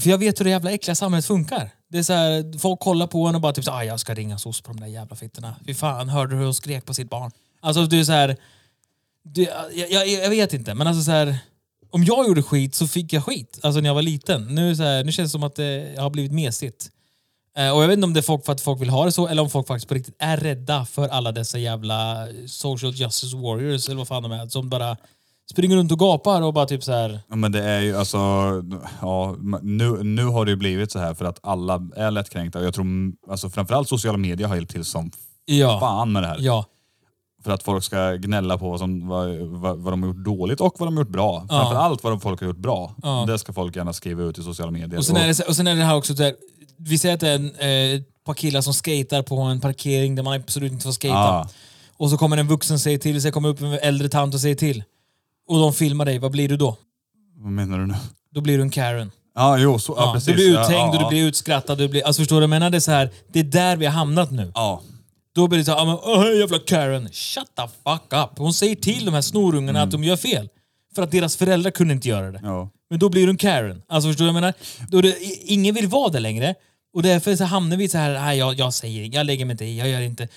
för jag vet hur det jävla äckliga samhället funkar. Det är så här, folk kollar på en och bara typ så här, "Ah, jag ska ringa soc på de där jävla fittorna. Fy fan, hörde du hur hon skrek på sitt barn? Alltså du är så här, du, jag, jag, jag vet inte, men alltså så här, om jag gjorde skit så fick jag skit. Alltså när jag var liten. Nu, är det så här, nu känns det som att det, jag har blivit mesigt. Eh, och jag vet inte om det är folk för att folk vill ha det så eller om folk faktiskt på riktigt är rädda för alla dessa jävla social justice warriors eller vad fan de är som bara springer runt och gapar och bara typ så här. Ja, men det är ju alltså, ja, nu, nu har det ju blivit så här för att alla är lättkränkta. Och jag tror mm, alltså, framförallt sociala medier har hjälpt till som Ja, fan med det här. ja, För att folk ska gnälla på vad, som, vad, vad, vad de har gjort dåligt och vad de har gjort bra. Ja. Framförallt vad de folk har gjort bra. Ja. Det ska folk gärna skriva ut i sociala medier. Och sen, är det, så- och sen är det här också, där, vi säger att det är en, eh, ett par killar som skater på en parkering där man absolut inte får skata. Ja. Och så kommer en vuxen säger till, sen kommer upp en äldre tant och säger till. Och de filmar dig, vad blir du då? Vad menar du nu? Då blir du en Karen. Ja, jo, så, ja, precis. du blir uthängd ja, och du ja. blir utskrattad. Du blir, alltså förstår du vad jag menar? Det är, så här, det är där vi har hamnat nu. Ja, Då blir det såhär, men åh, jävla Karen, shut the fuck up. Hon säger till de här snorungarna att de gör fel. För att deras föräldrar kunde inte göra det. Mm. ja. Men då blir du en Karen. Alltså förstår du vad jag menar? Då det, i- ingen vill vara där längre. Och därför så hamnar vi så här, nej jag, jag säger inget, jag lägger mig inte i, jag gör inte.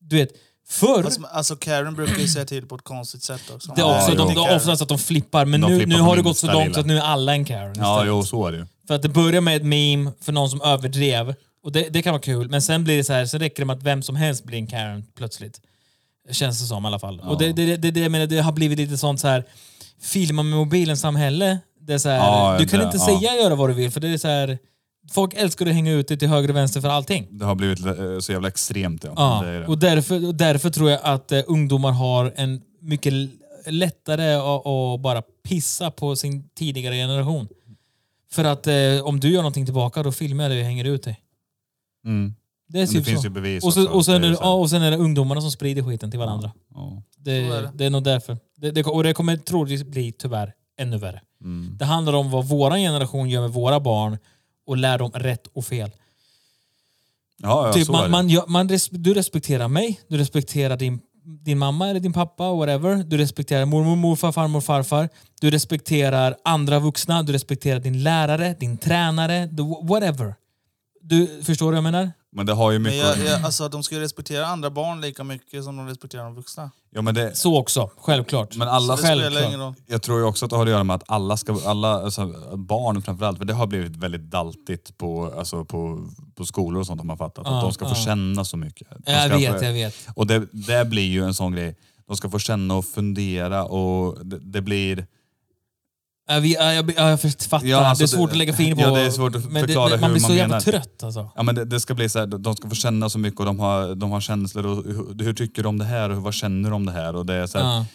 Du vet, förr, Fast, alltså Karen brukar ju säga till på ett konstigt sätt också. det är också, Ja, de, jo. de, oftast att de flippar, men De nu, flippar nu på har det gått minsta så långt lilla. så att nu är alla en Karen ja istället. jo, så är det ju. För att det börjar med ett meme för någon som överdrev, och det, det kan vara kul, men sen blir det så här, sen räcker det med att vem som helst blir en Karen plötsligt. Känns det som i alla fall. Och det, det, det, det, det, jag menar, det har blivit lite sånt så här filma med mobilen-samhälle. Det är så här, Ja, du kan det- inte ja. säga göra vad du vill, för det är så här, folk älskar att hänga ute till höger och vänster för allting. Det har blivit eh, så jävla extremt. Ja. Ja, Det är det. och, därför, och därför tror jag att eh, ungdomar har en mycket l- lättare att att bara pissa på sin tidigare generation. För att eh, om du gör någonting tillbaka, då filmar jag dig och hänger ut dig. Mm. Det är Men det typ finns så. ju bevis och, så, också. och, sen Det är, är det- så här. ja, och sen är det ungdomarna som sprider skiten till varandra. Ja. Det, Så är det. det. är nog därför. Det, det, och det kommer troligtvis bli tyvärr ännu värre. Mm. Det handlar om vad vår generation gör med våra barn och lär dem rätt och fel. Ja, ja, Typ så är man, det. man, gör- man, res- du respekterar mig, du respekterar din din mamma eller din pappa, whatever. Du respekterar mormor, morfar, farmor, farfar. Du respekterar andra vuxna. Du respekterar din lärare, din tränare, the wh- whatever. Du Förstår du vad jag menar? Men det har ju Men mycket... jag, jag, alltså, de ska ju respektera andra barn lika mycket som de respekterar de vuxna. ja, men det, Så också, självklart. men alla, Det spelar Självklart. ingen roll. jag tror ju också att det har att göra med att alla ska, alla, alltså, barn framförallt, för det har blivit väldigt daltigt på, alltså, på, på skolor och sånt har man fattat. Ja, att de ska ja. få känna så mycket. De jag ska vet, få, jag vet. Och det, det blir ju en sån grej. De ska få känna och fundera och det, det blir... Ja, vi, ja, jag, ja, jag fattar. Ja, alltså, det är svårt det- att lägga fingret på. ja, det är svårt att men förklara det, hur man blir så man jävla menar. trött alltså. Ja, men det, det ska bli så här, de ska få känna så mycket och de har, de har känslor och hur, hur tycker de om det här och vad känner de om det här? Och det är så här Ja.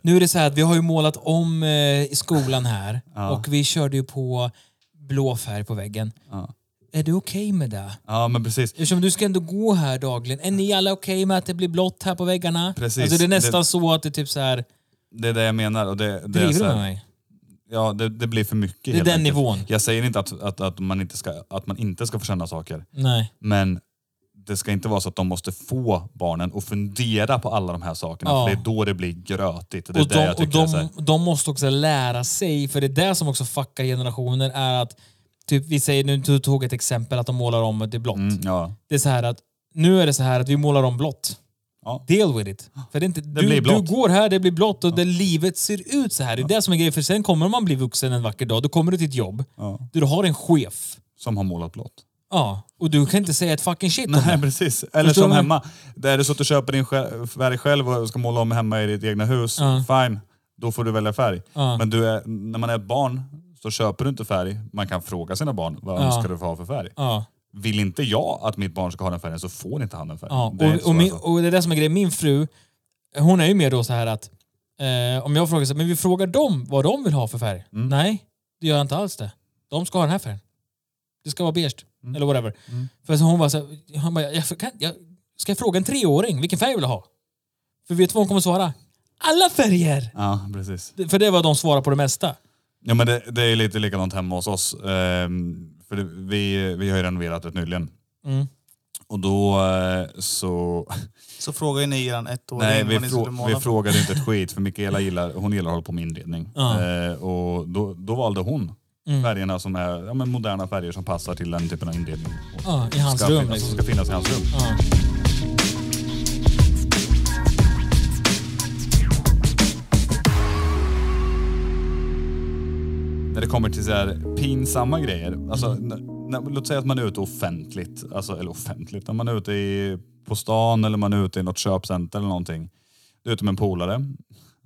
Nu är det så här att vi har ju målat om eh, i skolan här Ja. och vi körde ju på blå färg på väggen. Ja. Är du okej med det? ja men precis. Eftersom du ska ändå gå här dagligen. Är ni alla okej med att det blir blått här på väggarna? Precis. Alltså det är nästan Det- så att det är typ så här... Det är det jag menar. Och det, det, är Driver så du här, med mig? Ja, det, det blir för mycket. är helt den enkelt. nivån. Jag säger inte att, att, att, man inte ska, att man inte ska få känna saker, Nej. men det ska inte vara så att de måste få barnen att fundera på alla de här sakerna. Ja. För det är då det blir grötigt. Det är Och, det de, jag och tycker. är så här, de, de måste också lära sig, för det är det som också fuckar generationer, är att typ, vi säger nu, du tog ett exempel att de målar om det blått. mm, ja. Det är så här att nu är det så här att vi målar om blått. Ja. Deal with it. För det är inte, du, blir blått. du går här, det blir blått och det livet ser ut så här. Det är det som är grejen. För sen kommer man bli vuxen en vacker dag. Då kommer du till ett jobb. Ja. Du har en chef. Som har målat blått. Ja. Och du kan inte säga ett fucking shit om Nej, det. precis. Eller Förstår som du? hemma. Där du suttit och köper din skä- färg själv och ska måla om hemma i ditt egna hus. Ja. Fine, då får du välja färg. Ja. Men du är, när man är ett barn så köper du inte färg. Man kan fråga sina barn, vad Ja. önskar du få ha för färg? Ja. Vill inte jag att mitt barn ska ha den färgen så får inte han den färgen. Ja, Det är och, så och, min, alltså. och det är det som är grejen. Min fru, hon är ju mer då så här att eh, om jag frågar så här, men vi frågar dem vad de vill ha för färg. Mm. Nej, det gör jag inte alls det. De ska ha den här färgen. Det ska vara beige. Mm. Eller whatever. För så hon var så här, han bara, jag, kan, jag, ska jag fråga en treåring vilken färg vill du ha? För vet du vad hon kommer svara? Alla färger! Ja, precis. Det- För det är vad de svarar på det mesta. Ja, men det, det är lite likadant hemma hos oss. Ehm, för det, vi, vi har ju renoverat rätt nyligen. Mm. Och då eh, så... Så frågar ju ni eran ettåring Nej, vi, vad ni skulle frå- måla. vi för. frågade inte ett skit för Mikaela gillar, hon gillar att hålla på med inredning. Ja. Eh, och då, då valde hon färgerna som är ja, men moderna färger som passar till den typen av inredning. Ja, i hans ska rum. Finnas, som Liksom. ska finnas i hans rum. Ja. När det kommer till så här pinsamma grejer. Alltså, Mm. när, när, låt säga att man är ute offentligt, alltså, eller offentligt, när man är ute i, på stan eller man är ute i något köpcenter eller någonting. Du är ute med en polare.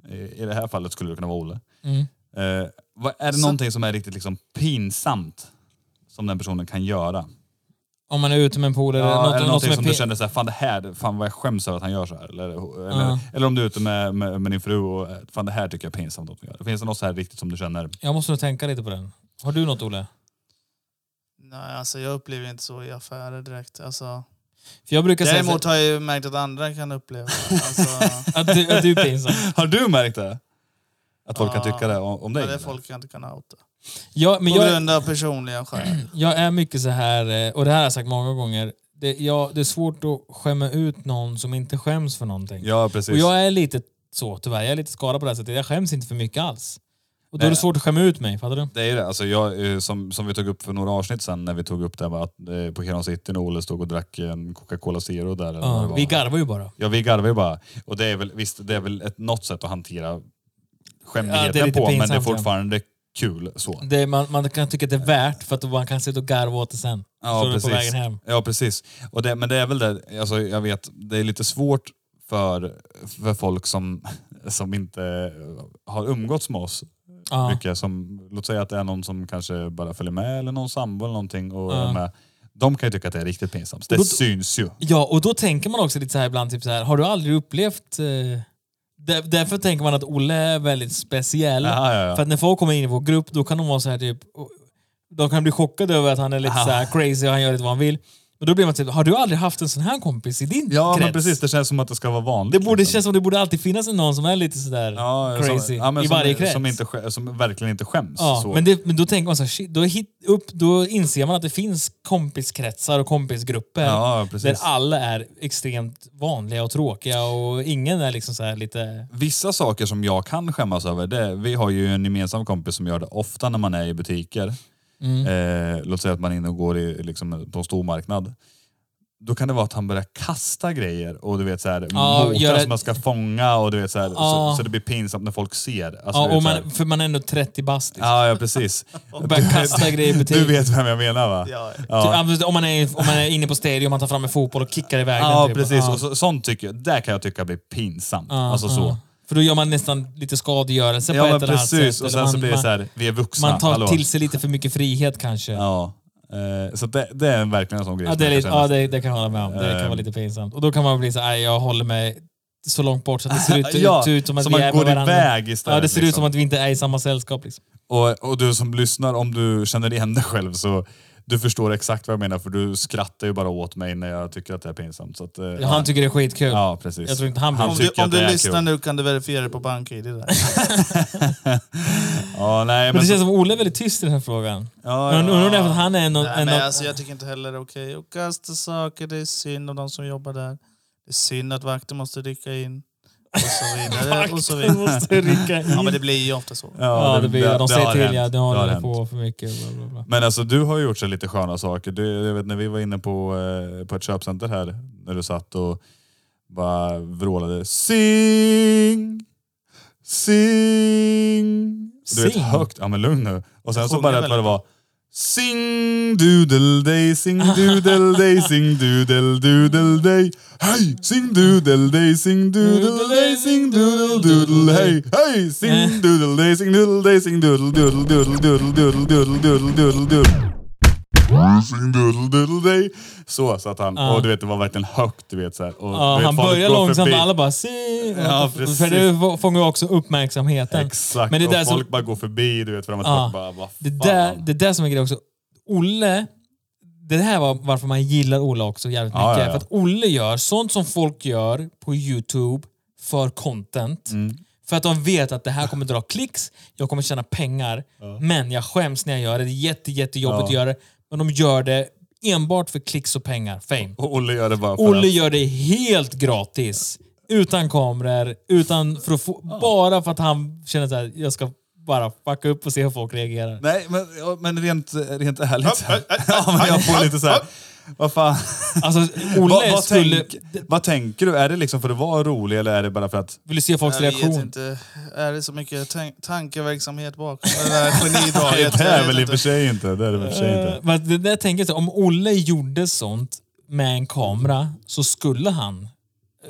I, i det här fallet skulle det kunna vara Olle. Mm. Eh, vad, är det någonting som är riktigt liksom pinsamt som den personen kan göra? Om man är ute med en polare. Ja, något, eller något någonting som, pe- du känner såhär, fan det här, fan vad jag skäms över att han gör så här. Eller, eller, eller om du är ute med, med, med din fru och fan det här tycker jag är pinsamt att hon gör. Finns det något så här riktigt som du känner, Jag måste nog tänka lite på den. Har du något Olle? Nej, alltså, jag upplever inte så i affärer direkt. Alltså. För jag brukar säga... så- Däremot har jag ju märkt att andra kan uppleva det. alltså, Att du, att du är pinsam. har du märkt det? Att folk kan Ja. tycka det om, om dig? Ja, det är eller? folk jag inte kan outa. Ja, men På jag, grund av personliga skäl. jag är mycket så här, eh, och det här har jag sagt många gånger, det, jag, det är svårt att skämma ut någon som inte skäms för någonting. Ja precis. och jag är lite så tyvärr, jag är lite skadad på det här sättet. Jag skäms inte för mycket alls. Och då är det Nej. svårt att skämma ut mig, fattar du? Eh. Det är det. Alltså jag, eh, som, som vi tog upp för några avsnitt sen när vi tog upp det här med att, eh, på Heron City när Olle stod och drack en Coca-Cola Zero där. eller vad det Ja, var. vi garvar ju bara. Ja, vi garvar ju bara. Och det är väl, visst, det är väl ett, något sätt att hantera Ja, det är skämmigheten lite på, men det är pinsamt, ja. fortfarande kul så. Det, man, man kan tycka att det är värt för att man kan sitta och garva åt det sen. Ja, så är du på precis. vägen hem. Ja, precis. Och det, men det är väl det, alltså, jag vet, det är lite svårt för, för folk som, som inte har umgåtts med oss Ja. mycket. Som, låt säga att det är någon som kanske bara följer med eller någon sambo eller någonting och Ja. är med. De kan ju tycka att det är riktigt pinsamt. Det Och då- syns ju. Ja, och då tänker man också lite så här ibland, typ så här, har du aldrig upplevt... Eh, där, därför tänker man att Olle är väldigt speciell. Ja, ja, ja. För att när folk kommer in i vår grupp, då kan de vara så här typ... De kan bli chockade över att han är lite så här crazy och han gör lite vad han vill. Men då blir man typ, har du aldrig haft en sån här kompis i din Ja, krets? men precis. Det känns som att det ska vara vanligt. Det borde liksom. kännas som det borde alltid finnas någon som är lite sådär ja, som- crazy ja, men i som, varje krets. Som, inte, sk- som verkligen inte skäms. ja, så. men, det, men då tänker man så här, shit, då, hit, upp, då inser man att det finns kompiskretsar och kompisgrupper Ja, precis. där alla är extremt vanliga och tråkiga och ingen är liksom så här lite... Vissa saker som jag kan skämmas över, det, vi har ju en gemensam kompis som gör det ofta när man är i butiker. Mm. Eh, låt säga att man är inne och går i, liksom, på en stor marknad. Då kan det vara att han börjar kasta grejer och du vet såhär, Ja, gör motar det- som man ska fånga och du vet såhär, Ja. så, så det blir pinsamt när folk ser. Alltså, Ja, du och vet, så man, här- för man är ändå 30 bast. Liksom. ja, ja precis. Och börjar kasta grejer i Du butiken. vet vem jag menar va? Ja, ja. Ja. Typ, Om, man är, om man är inne på stadion, man tar fram en fotboll och kickar iväg Ja, den. Typ. precis. Ja. Och så, sånt tycker jag, där kan jag tycka blir pinsamt. Ja, alltså så. ja. För då gör man nästan lite skadegörelse Ja, på ett men eller annat sätt. precis. Och Eller sen man, så blir det man- så här, vi är vuxna. Man tar hallå. till sig lite för mycket frihet kanske. Ja, Ja. Eh, Så det, det är verkligen en sån grej. som det, är jag lite, känner. ja det, det kan jag hålla med om. Det Eh. kan vara lite pinsamt. Och då kan man bli så här, "Nej, jag håller mig så långt bort så att det ser ut, Ja, ut, ut som att så vi man är går med varandra. iväg istället, ja, det ser ut liksom. som att vi inte är i samma sällskap. Liksom. och, och du som lyssnar, om du känner igen dig själv så du förstår exakt vad jag menar för du skrattar ju bara åt mig när jag tycker att det är pinsamt. Så att, eh, Ja, Han tycker det är skitkul. ja, precis. Jag tror inte han typ- bryr han sig. Om du, tycker om att det du är lyssnar kul. nu kan du verifiera det på BankID. Där. Ja, nej, Men men det så- känns som Olle är väldigt tyst i den här frågan. ja, Men ja, undrar om det är för att han är en, av- Nej, en men av- alltså, jag tycker inte heller det är okej att kasta saker. Det är synd om de som jobbar där. Det är synd att vakter måste rycka in. Och så vidare. och så Du vidare. måste rycka in. Ja, men det blir ju ofta så. Ja, det blir, de säger har till hänt. ja, du Det har håller hänt. på för mycket. Bla, bla, bla. Men alltså du har ju gjort så lite sköna saker. Du, jag vet när vi var inne på, eh, på ett köpcenter här, när du satt och bara vrålade Sing! Sing! Du vet Sing? högt, ja men lugn nu. Och sen så Sjunger bara väl bara det var Sing doodle day, sing doodle day, sing doodle doodle day. Hej! Sing doodle day, sing doodle day, sing doodle doodle hey. Hej! Eh. Sing doodle day, sing doodle day, sing doodle doodle doodle doodle doodle doodle doodle doodle doodle. Sing doodle doodle day. Så satt han. Och du vet, det var verkligen högt. Du vet, så här. Och, du Ja, vet, han folk börjar går långsamt förbi. och alla bara "Si", Ja, För- För det fångar också uppmärksamheten. Exakt. Men det och där, folk som, bara går förbi, du vet, fram och Ja. tillbaka. Bara, vad det, fan? där, det där som är grejen också. Olle, det här var varför man gillar Olle också jävligt Ja, mycket. ja, ja. För att Olle gör sånt som folk gör på Youtube för content. Mm. För att de vet att det här kommer dra klicks, jag kommer tjäna pengar, men jag skäms när jag gör det. Det är jätte, jättejobbigt att göra det. Men de gör det enbart för klicks och pengar, fame. Och Olle gör det bara för Olle att... gör det helt gratis. Utan kameror, utan för att få, bara för att han känner så här, jag ska bara fucka upp och se hur folk reagerar. Nej, men, ja, men rent, rent ärligt så här. Ja, men jag får lite så här. Vad fan? Alltså, Olle Vad, vad, skulle... tänk, vad tänker du? Är det liksom för att vara rolig eller är det bara för att... Vill se folks Jag vet reaktion? inte. Är det så mycket tan- tankeverksamhet bakom det där genidraget? Alltså, Det Jag är vet väl i och inte. för sig inte. Det är det väl i och för sig inte. Men Eh, det där tänker jag så, här, om Olle gjorde sånt med en kamera så skulle han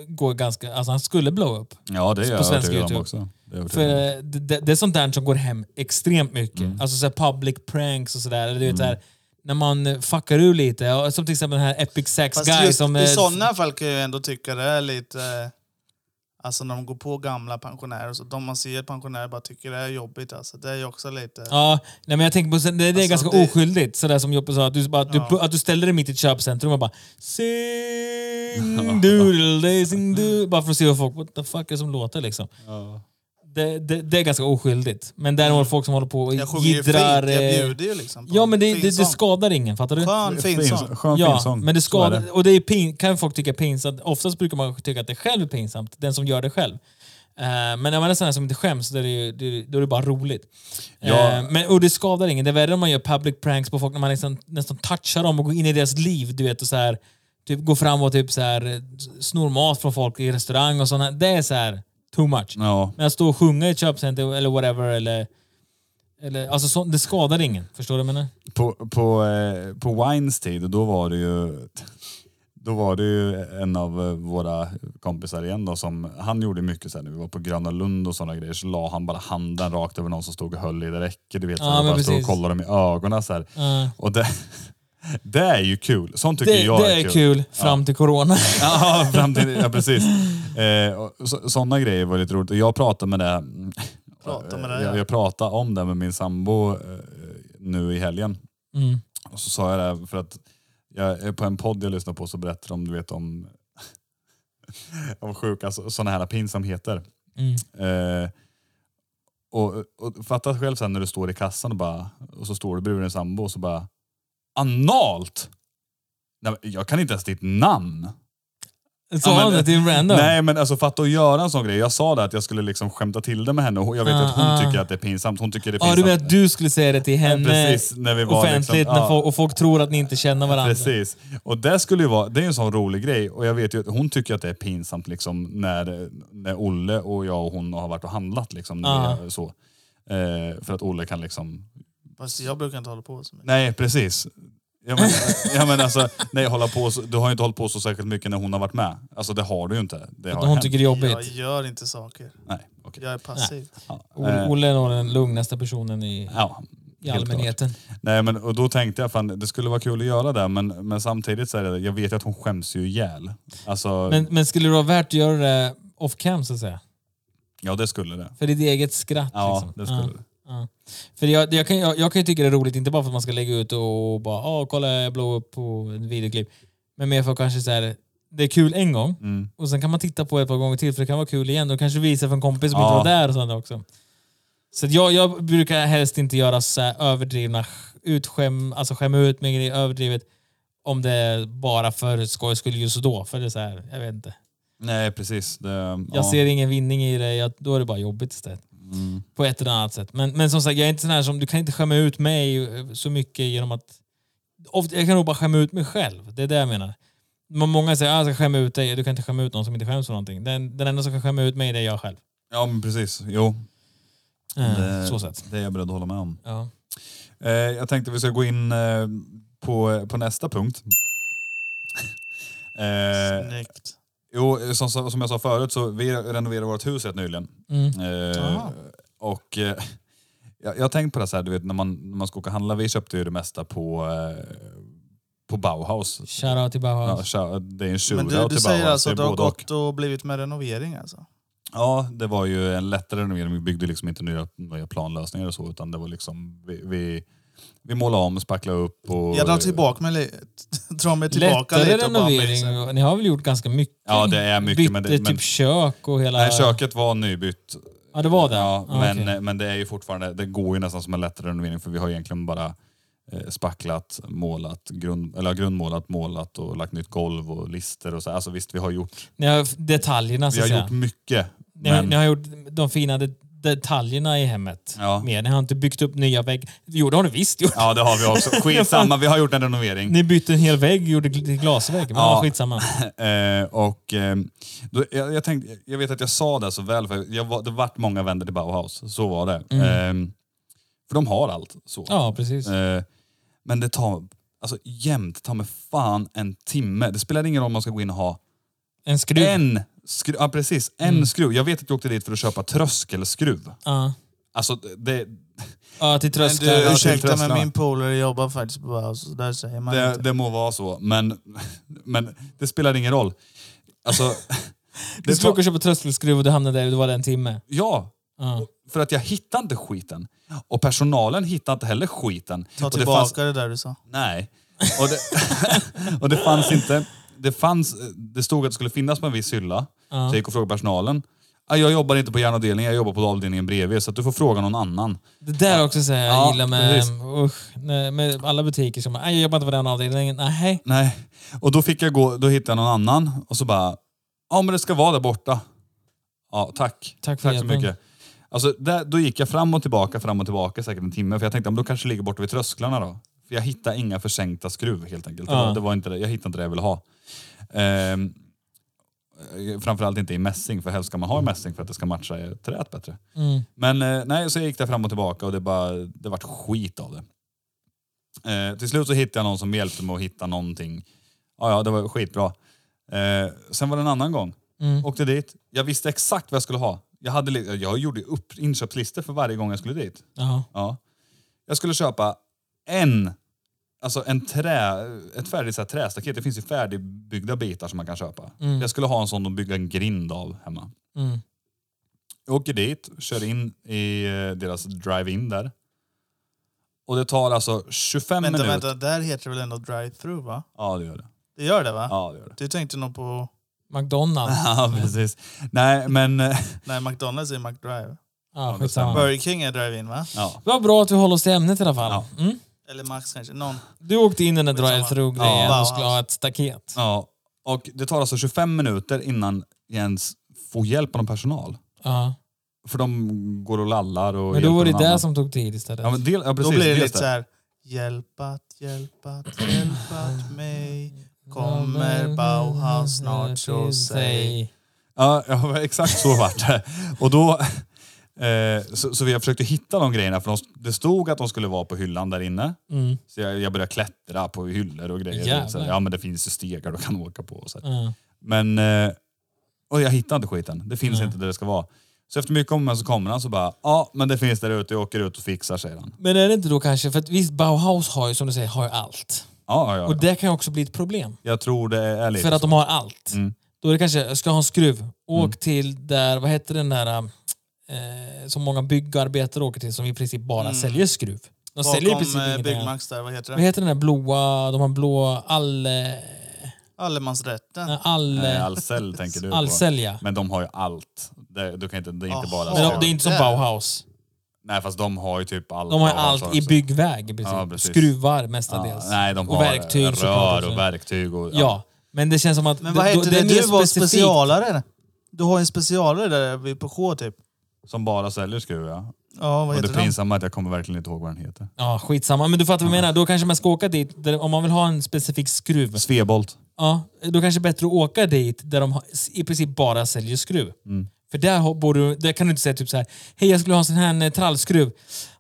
gå ganska... Alltså han skulle blow up. Ja, det är jag svensk övertygad om YouTube. också. Det är jag För övertygad om. eh, det, det, det är sånt där som går hem extremt mycket. Alltså så här public pranks och sådär. Eller du vet så här, när man eh, fuckar ur lite. Ja, Som till exempel den här Epic Sex Fast Guy just som... i eh, sådana fall kan jag ändå tycka det är lite... eh, Alltså när de går på gamla pensionärer och så. De man ser pensionärer bara tycker det är jobbigt. Alltså. Det är ju också lite... Ja, nej, men jag tänker på det, det är Alltså, ganska det- oskyldigt. Sådär som Joppe sa, att du, bara, att du, Ja. att du ställer dig mitt i ett köpcentrum och bara Sing doodle day, sing do Bara för att se vad folk, what the fuck är det som låter liksom. Det, det, det är ganska oskyldigt. Men däremot folk som håller på och Mm. Jag sjunger ju fint, jiddrar... jag eh, bjuder ju liksom på Ja en men det, fin det, det sång. skadar ingen, fattar du? Skön fin Fin- sång. Skön eh, Ja, finsång. men det Så är skadar, och det är pin, kan folk tycka pinsamt. Oftast brukar man tycka att det själv är pinsamt, den som gör det själv. Eh, men när man är sån här som inte skäms, då är det, ju, det, då är det bara roligt. Ja. Eh, men, och det skadar ingen. Det är värre om man gör public pranks på folk, när man liksom, nästan touchar dem och går in i deras liv. Du vet, och så här, typ, går fram och typ så här, eh, snor mat från folk i restaurang och sånt. Det är så här too much. Ja. Men att stå och sjunga i ett köpcenter eller whatever, eller, eller, alltså, så, det skadar ingen. Förstår du vad jag menar? på, på, eh, på Wines tid, då var det ju då var det ju en av eh, våra kompisar igen då som, han gjorde mycket såhär när vi var på Gröna Lund och sådana grejer så la han bara handen rakt över någon som stod och höll i det räcke, du vet, Ja, såhär, och men bara stod och precis. kollade dem i ögonen såhär. Ja. Och det, det är ju kul, sånt tycker Det, jag det är kul fram till corona. Ja, fram till, ja precis. Eh, och så, sådana grejer var lite roligt. Och jag pratade med det. Prata med det, jag, ja. jag pratade om det med min sambo eh, nu i helgen. Mm. Och så sa jag det här för att Jag är på en podd jag lyssnar på så berättar de du vet, om, om sjuka sådana här pinsamheter. Mm. Eh, och, och fatta själv sen när du står i kassan och, bara, och så står du bredvid din sambo och så bara analt! Nej, men jag kan inte ens ditt namn. Sa Ja, men- han det till en random? Nej men alltså fatta att göra en sån grej. Jag sa det att jag skulle liksom skämta till det med henne och hon- jag vet Ah, att hon ah. tycker att det är pinsamt. Hon tycker det Ja, är pinsamt. du menar att du skulle säga det till henne liksom- Precis, när vi var offentligt liksom- när ja. folk, och folk tror att ni inte känner varandra. Precis. Och det skulle ju vara, det är ju en sån rolig grej och jag vet ju att hon tycker att det är pinsamt liksom när, när Olle och jag och hon har varit och handlat liksom. När Ja. vi gör så. Eh, för att Olle kan liksom Fast jag brukar inte hålla på så mycket. Nej, precis. Ja, men, ja, men alltså, nej, hålla på så, du har ju inte hållit på så särskilt mycket när hon har varit med. Alltså det har du ju inte. Det har Hon hänt. tycker det är Jag jobbigt. gör inte saker. Nej, okej. Jag är passiv. Ja, Olle- eh, Olle är nog den lugnaste personen i, ja, i helt allmänheten. klart. Nej, men, och då tänkte jag fan det skulle vara kul att göra det, men, men samtidigt så är det, jag vet ju att hon skäms ju ihjäl. Alltså, Men, men skulle det vara värt att göra det off cam så att säga? ja det skulle det. För ditt eget skratt Ja, liksom. det skulle Ja. det. Ja. För jag, jag, kan, jag, jag kan ju tycka det är roligt, inte bara för att man ska lägga ut och bara åh kolla jag blow upp på ett videoklipp. Men mer för att kanske så här, det är kul en gång Mm. och sen kan man titta på det ett par gånger till för det kan vara kul igen. Och kanske visa för en kompis som Ja. inte var där och sånt också. Så att jag, jag brukar helst inte göra så här överdrivna, sk- utskäm, alltså skämma ut mig grejer överdrivet. Om det är bara för skojs skull just då. För det är så här, jag vet inte. Nej, precis. Det, Jag ja. ser ingen vinning i det, jag, då är det bara jobbigt istället. Mm. På ett eller annat sätt. Men, men som sagt, jag är inte sån här som, du kan inte skämma ut mig eh, så mycket genom att... Ofta, jag kan nog bara skämma ut mig själv, det är det jag menar. Men Många säger att jag ska skämma ut dig, du kan inte skämma ut någon som inte skäms för någonting. Den, den enda som kan skämma ut mig, det är jag själv. Ja, men precis. Jo, Eh, det, Så sätt. det är jag beredd att hålla med om. Ja. Eh, jag tänkte vi ska gå in eh, på, på nästa punkt. eh, Snyggt. jo, som, som jag sa förut så vi renoverade vårt hus rätt nyligen. Mm. Eh, Aha. och eh, jag, jag har tänkt på det så här, du vet när man, när man ska åka och handla, vi köpte ju det mesta på, eh, på Bauhaus. Shoutout till Ja, Bauhaus. tja, det är en Men shootout du, du till säger Bauhaus. alltså det är att du har både och. gått och blivit med renovering alltså? Ja, det var ju en lättare renovering. Vi byggde liksom inte nya, nya planlösningar och så, utan det var liksom vi, vi, vi målade om, spacklade upp och... Jag drar tillbaka mig lite. Drar mig tillbaka Lättare lite och bara renovering, myser. och- ni har väl gjort ganska mycket? Ja, det är mycket, men Bytte det- men- typ kök och hela... Nej, köket var nybytt. Ja, det var det? Ja, Ah, men, eh, okej. men det är ju fortfarande, det går ju nästan som en lättare renovering för vi har egentligen bara eh, spacklat, målat, grund, eller ja, grundmålat, målat och lagt nytt golv och lister och så. Alltså visst, vi har gjort, Ni har detaljerna vi så har att säga. gjort mycket. Ni, har, men- ni har gjort de fina det- detaljerna i hemmet. Ja. Mer. Ni har inte byggt upp nya väggar. Jo, det har ni visst gjort. Ja, det har vi också. Skitsamma, vi har gjort en renovering. Ni bytte en hel vägg och gjorde gl- till glasvägg. Men Ja. ja. skitsamma. Eh, och, eh, då, jag, jag, tänkte, jag vet att jag sa det så väl, för jag var, det vart många vänner till Bauhaus. Så var det. Mm. Eh, för de har allt. så. Ja, precis. Eh, men det tar alltså, jämt, ta mig fan en timme. Det spelar ingen roll om man ska gå in och ha En skruv. en skruv. Ja, precis. En Mm. skruv. Jag vet att jag åkte dit för att köpa tröskelskruv. Ja. Alltså, det, ja, till trösklar. du- Ja, till- till Ursäkta men trösklarna. min polare jobbar faktiskt på Bauhaus, så där säger man det, inte. det må vara så, men, men det spelar ingen roll. Alltså, Du det skulle tar, åka och köpa tröskelskruv och du hamnade där och det var det en timme. ja, Ja. För att jag hittade inte skiten. Och personalen hittade inte heller skiten. Ta Typ, och tillbaka det, där du sa. nej. Och det, och det fanns inte... Det, fanns, det stod att det skulle finnas på en viss hylla. Så jag gick och frågade personalen. "Ah, Jag jobbar inte på järnavdelningen, jag jobbar på avdelningen bredvid. Så att du får fråga någon annan. Det där också säger jag Ja, gillar med, precis. usch, nej, med alla butiker som bara, "Nej, jag jobbar inte på den avdelningen. Nej. Nej. Och då fick jag gå, då hittade jag någon annan. Och så bara, ja men det ska vara där borta. Ja, tack. Tack för så hjälpen. mycket. Alltså, där, då gick jag fram och tillbaka, fram och tillbaka säkert en timme. För jag tänkte, om då kanske det ligger borta vid trösklarna då. För jag hittade inga försänkta skruv helt enkelt. Det Ja. var, det var inte det, jag hittade inte det jag ville ha. Ehm, eh, framförallt inte i mässing, för helst ska man ha i mässing för att det ska matcha eh, träet bättre. Mm. Men eh, nej, så jag gick där fram och tillbaka och det, bara, det vart skit av det. Eh, till slut så hittade jag någon som hjälpte mig att hitta någonting. Ja, ja, det var skitbra. Eh, sen var det en annan gång. Mm. Åkte dit. Jag visste exakt vad jag skulle ha. Jag, hade, li- jag gjorde ju upp inköpslistor för varje gång jag skulle dit. Ja. Ja. Jag skulle köpa en, alltså en trä, ett färdigt så här, trästaket. Det finns ju färdigbyggda bitar som man kan köpa. Mm. Jag skulle ha en sån att bygga en grind av hemma. Mm. Jag åker dit, kör in i eh, deras drive-in där. Och det tar alltså 25 Vänta, minuter. vänta. Där heter det väl ändå drive-through va? Ja, det gör det. Det gör det va? Ja, det gör det. Du tänkte nog på... McDonalds. Ja, precis. Nej, men... eh, Nej, McDonalds är McDrive. Ja, Ja. skitsamma. Burger King är drive-in va? Ja. Det var bra att vi håller oss till ämnet i alla fall. Ja. Mm. Eller Max kanske. Någon. Du åkte in i den där Skitsamma. drive-through-grejen Ja. och skulle ha ett staket. ja. Och det tar alltså 25 minuter innan Jens får hjälp av någon personal. Ja. För de går och lallar Men och då hjälper var det någon det annan. som tog tid istället. Ja, men del, ja, precis, Då blir det dels lite så här... Hjälpat, hjälpat, hjälpat mig. Kommer Bauhaus snart så säg. Ja, ja exakt så vart det. Och då... Eh, så, så vi har försökt att hitta de grejerna, för de, det stod att de skulle vara på hyllan där inne. Mm. Så jag, jag började klättra på hyllor och grejer. Jävlar. Så, här, ja men det finns ju stegar du kan åka på. och Så här. Ja. Men... Eh, och jag hittade inte skiten. Det finns Nej. inte där det ska vara. Så efter mycket om och men så kommer han så bara, ja men det finns där ute, jag åker ut och fixar säger han. Men är det inte då kanske, för att visst Bauhaus har ju som du säger, har ju allt. Ja, ja, Och ja. det kan ju också bli ett problem. Jag tror det är lite För att de har allt. Mm. Då är det kanske, jag ska ha en skruv, åk till där, vad heter den där um, eh, som många byggarbetare åker till som i princip bara Mm. säljer skruv. De säljer i Bakom princip eh, ingenting annat. Byggmax där, vad heter Vad det? heter den där blåa, de har blå all... eh, Allemansrätten. all Nej, eh, Ahlsell tänker du på. Allsell ja. Men de har ju allt. Det, du kan inte, det är inte Jaha. bara... Men de, det är inte som där. Bauhaus. Nej fast de har ju typ allt. De har ju av allt saker i som- byggväg. Ja, Precis. precis. Skruvar Ja, mestadels. nej de har och verktyg såklart rör också. och verktyg och... Ja, men det känns som att Men vad heter då- det? är mer Du var specifikt. specialare. Du har en specialare där vid- på K typ. Som bara säljer skruv ja. Ja, vad Och det heter den? pinsamma är att jag kommer verkligen inte ihåg vad den heter. Ja, skitsamma. Men du fattar vad jag menar. Då kanske man ska åka dit, där, om man vill ha en specifik skruv. Svebolt. Ja, då kanske det är bättre att åka dit där de har- i princip bara säljer skruv. Mm. För där, har- borde, du- där kan du inte säga typ så här, hej jag skulle ha en sån här eh, trallskruv.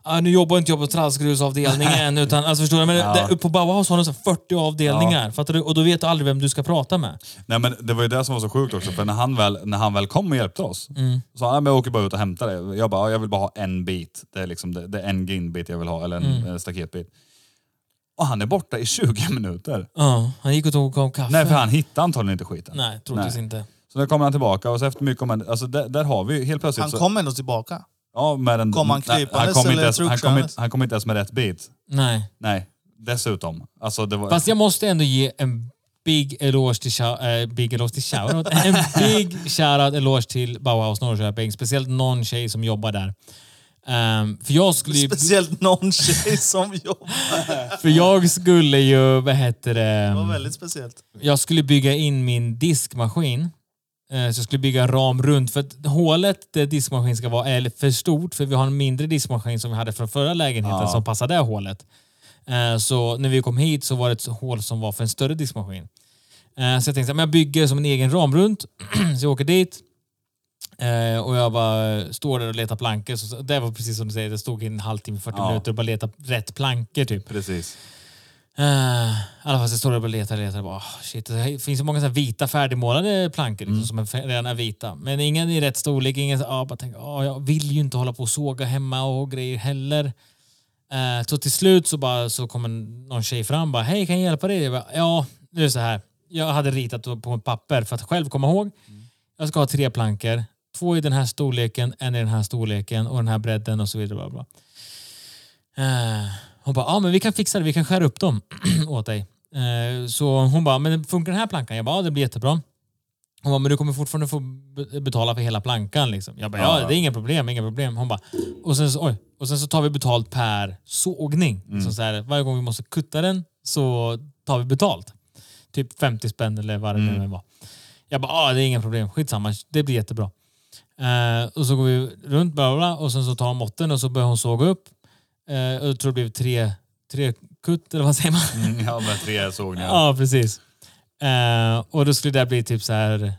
Ja, nu jobbar inte jag på trallskruvsavdelningen. utan, alltså, förstår du? Men där, uppe på Bauhaus har de så här 40 avdelningar. Fattar du? Och då vet du aldrig vem du ska prata med. Nej men det var ju det som var så sjukt också för när han väl, när han väl kom och hjälpte oss Mm. så sa han "Nej, men jag åker bara ut och hämtar det. Jag bara, "Ja, jag vill bara ha en bit. Det är liksom det, det är en grindbit jag vill ha eller en Mm. eh, staketbit. Och han är borta i 20 minuter. Ja, han gick och tog en kopp kaffe. Nej för han hittar antagligen inte skiten. Nej, troligtvis Nej. inte. Så nu kommer han tillbaka och så efter mycket om en, alltså där, där har vi ju helt plötsligt Han typ så, kom ändå tillbaka. ja, med en, kom han nej, han krypandes kom inte eller ens, han kom truckkörandes? inte, han kom inte ens med rätt bit. Nej. Nej, dessutom. Alltså det var, Fast jag måste ändå ge en big eloge till, shou- eh, big eloge till shoutout. En big shoutout eloge till Bauhaus Norrköping. Speciellt någon tjej som jobbar där. Ehm, för, jag skulle ju, Speciellt någon tjej som jobbar. för jag skulle ju, vad heter det, Det var väldigt speciellt. jag skulle bygga in min diskmaskin. Eh, Så jag skulle bygga en ram runt. För att hålet där diskmaskinen ska vara är för stort. För vi har en mindre diskmaskin som vi hade från förra lägenheten Ja. som passade det här hålet. Eh, Så när vi kom hit så var det ett hål som var för en större diskmaskin. Eh, Så jag tänkte att jag bygger som en egen ram runt. så jag åker dit. Eh, och jag bara eh, står där och letar plankor. Så det var precis som du säger, det stod i en halvtimme, 40 Ja. minuter och bara letade rätt plankor typ. Precis. Eh, I alla fall så står jag och letar och letar. och Bara, oh, shit, det finns så många så här vita färdigmålade plankor liksom, som är fär- redan är vita. Men ingen i rätt storlek. Ingen, så- ja, bara tänker, oh, jag vill ju inte hålla på och såga hemma och grejer heller. Eh, så till slut så, bara, så kommer någon tjej fram och bara, hej kan jag hjälpa dig? Jag bara, ja, nu är det så här. Jag hade ritat på ett papper för att själv komma ihåg. Jag ska ha tre plankor. Två i den här storleken, en i den här storleken och den här bredden och så vidare. Bla, bla. bla. Eh, Hon bara, ja men vi kan fixa det, vi kan skära upp dem åt dig. Eh, Så hon bara, men funkar den här plankan? Jag bara, ja det blir jättebra. Hon bara, men du kommer fortfarande få be- betala för hela plankan liksom. Jag bara, ja Ja. det är inga problem, inga problem. Hon bara, och sen så, oj, och sen så tar vi betalt per sågning. Så så här, varje gång vi måste kutta den så tar vi betalt. Typ 50 spänn eller vad det nu var. Jag bara, ah, det är inga problem, skitsamma, det blir jättebra. Eh, och så går vi runt bla, bla, bla, och sen så tar hon måtten och så börjar hon såga upp. Eh, och jag tror det blev tre, tre kutt, eller vad säger man? Mm, Ja, med tre sågningar. Ja, precis. Eh, och då skulle det där bli typ så här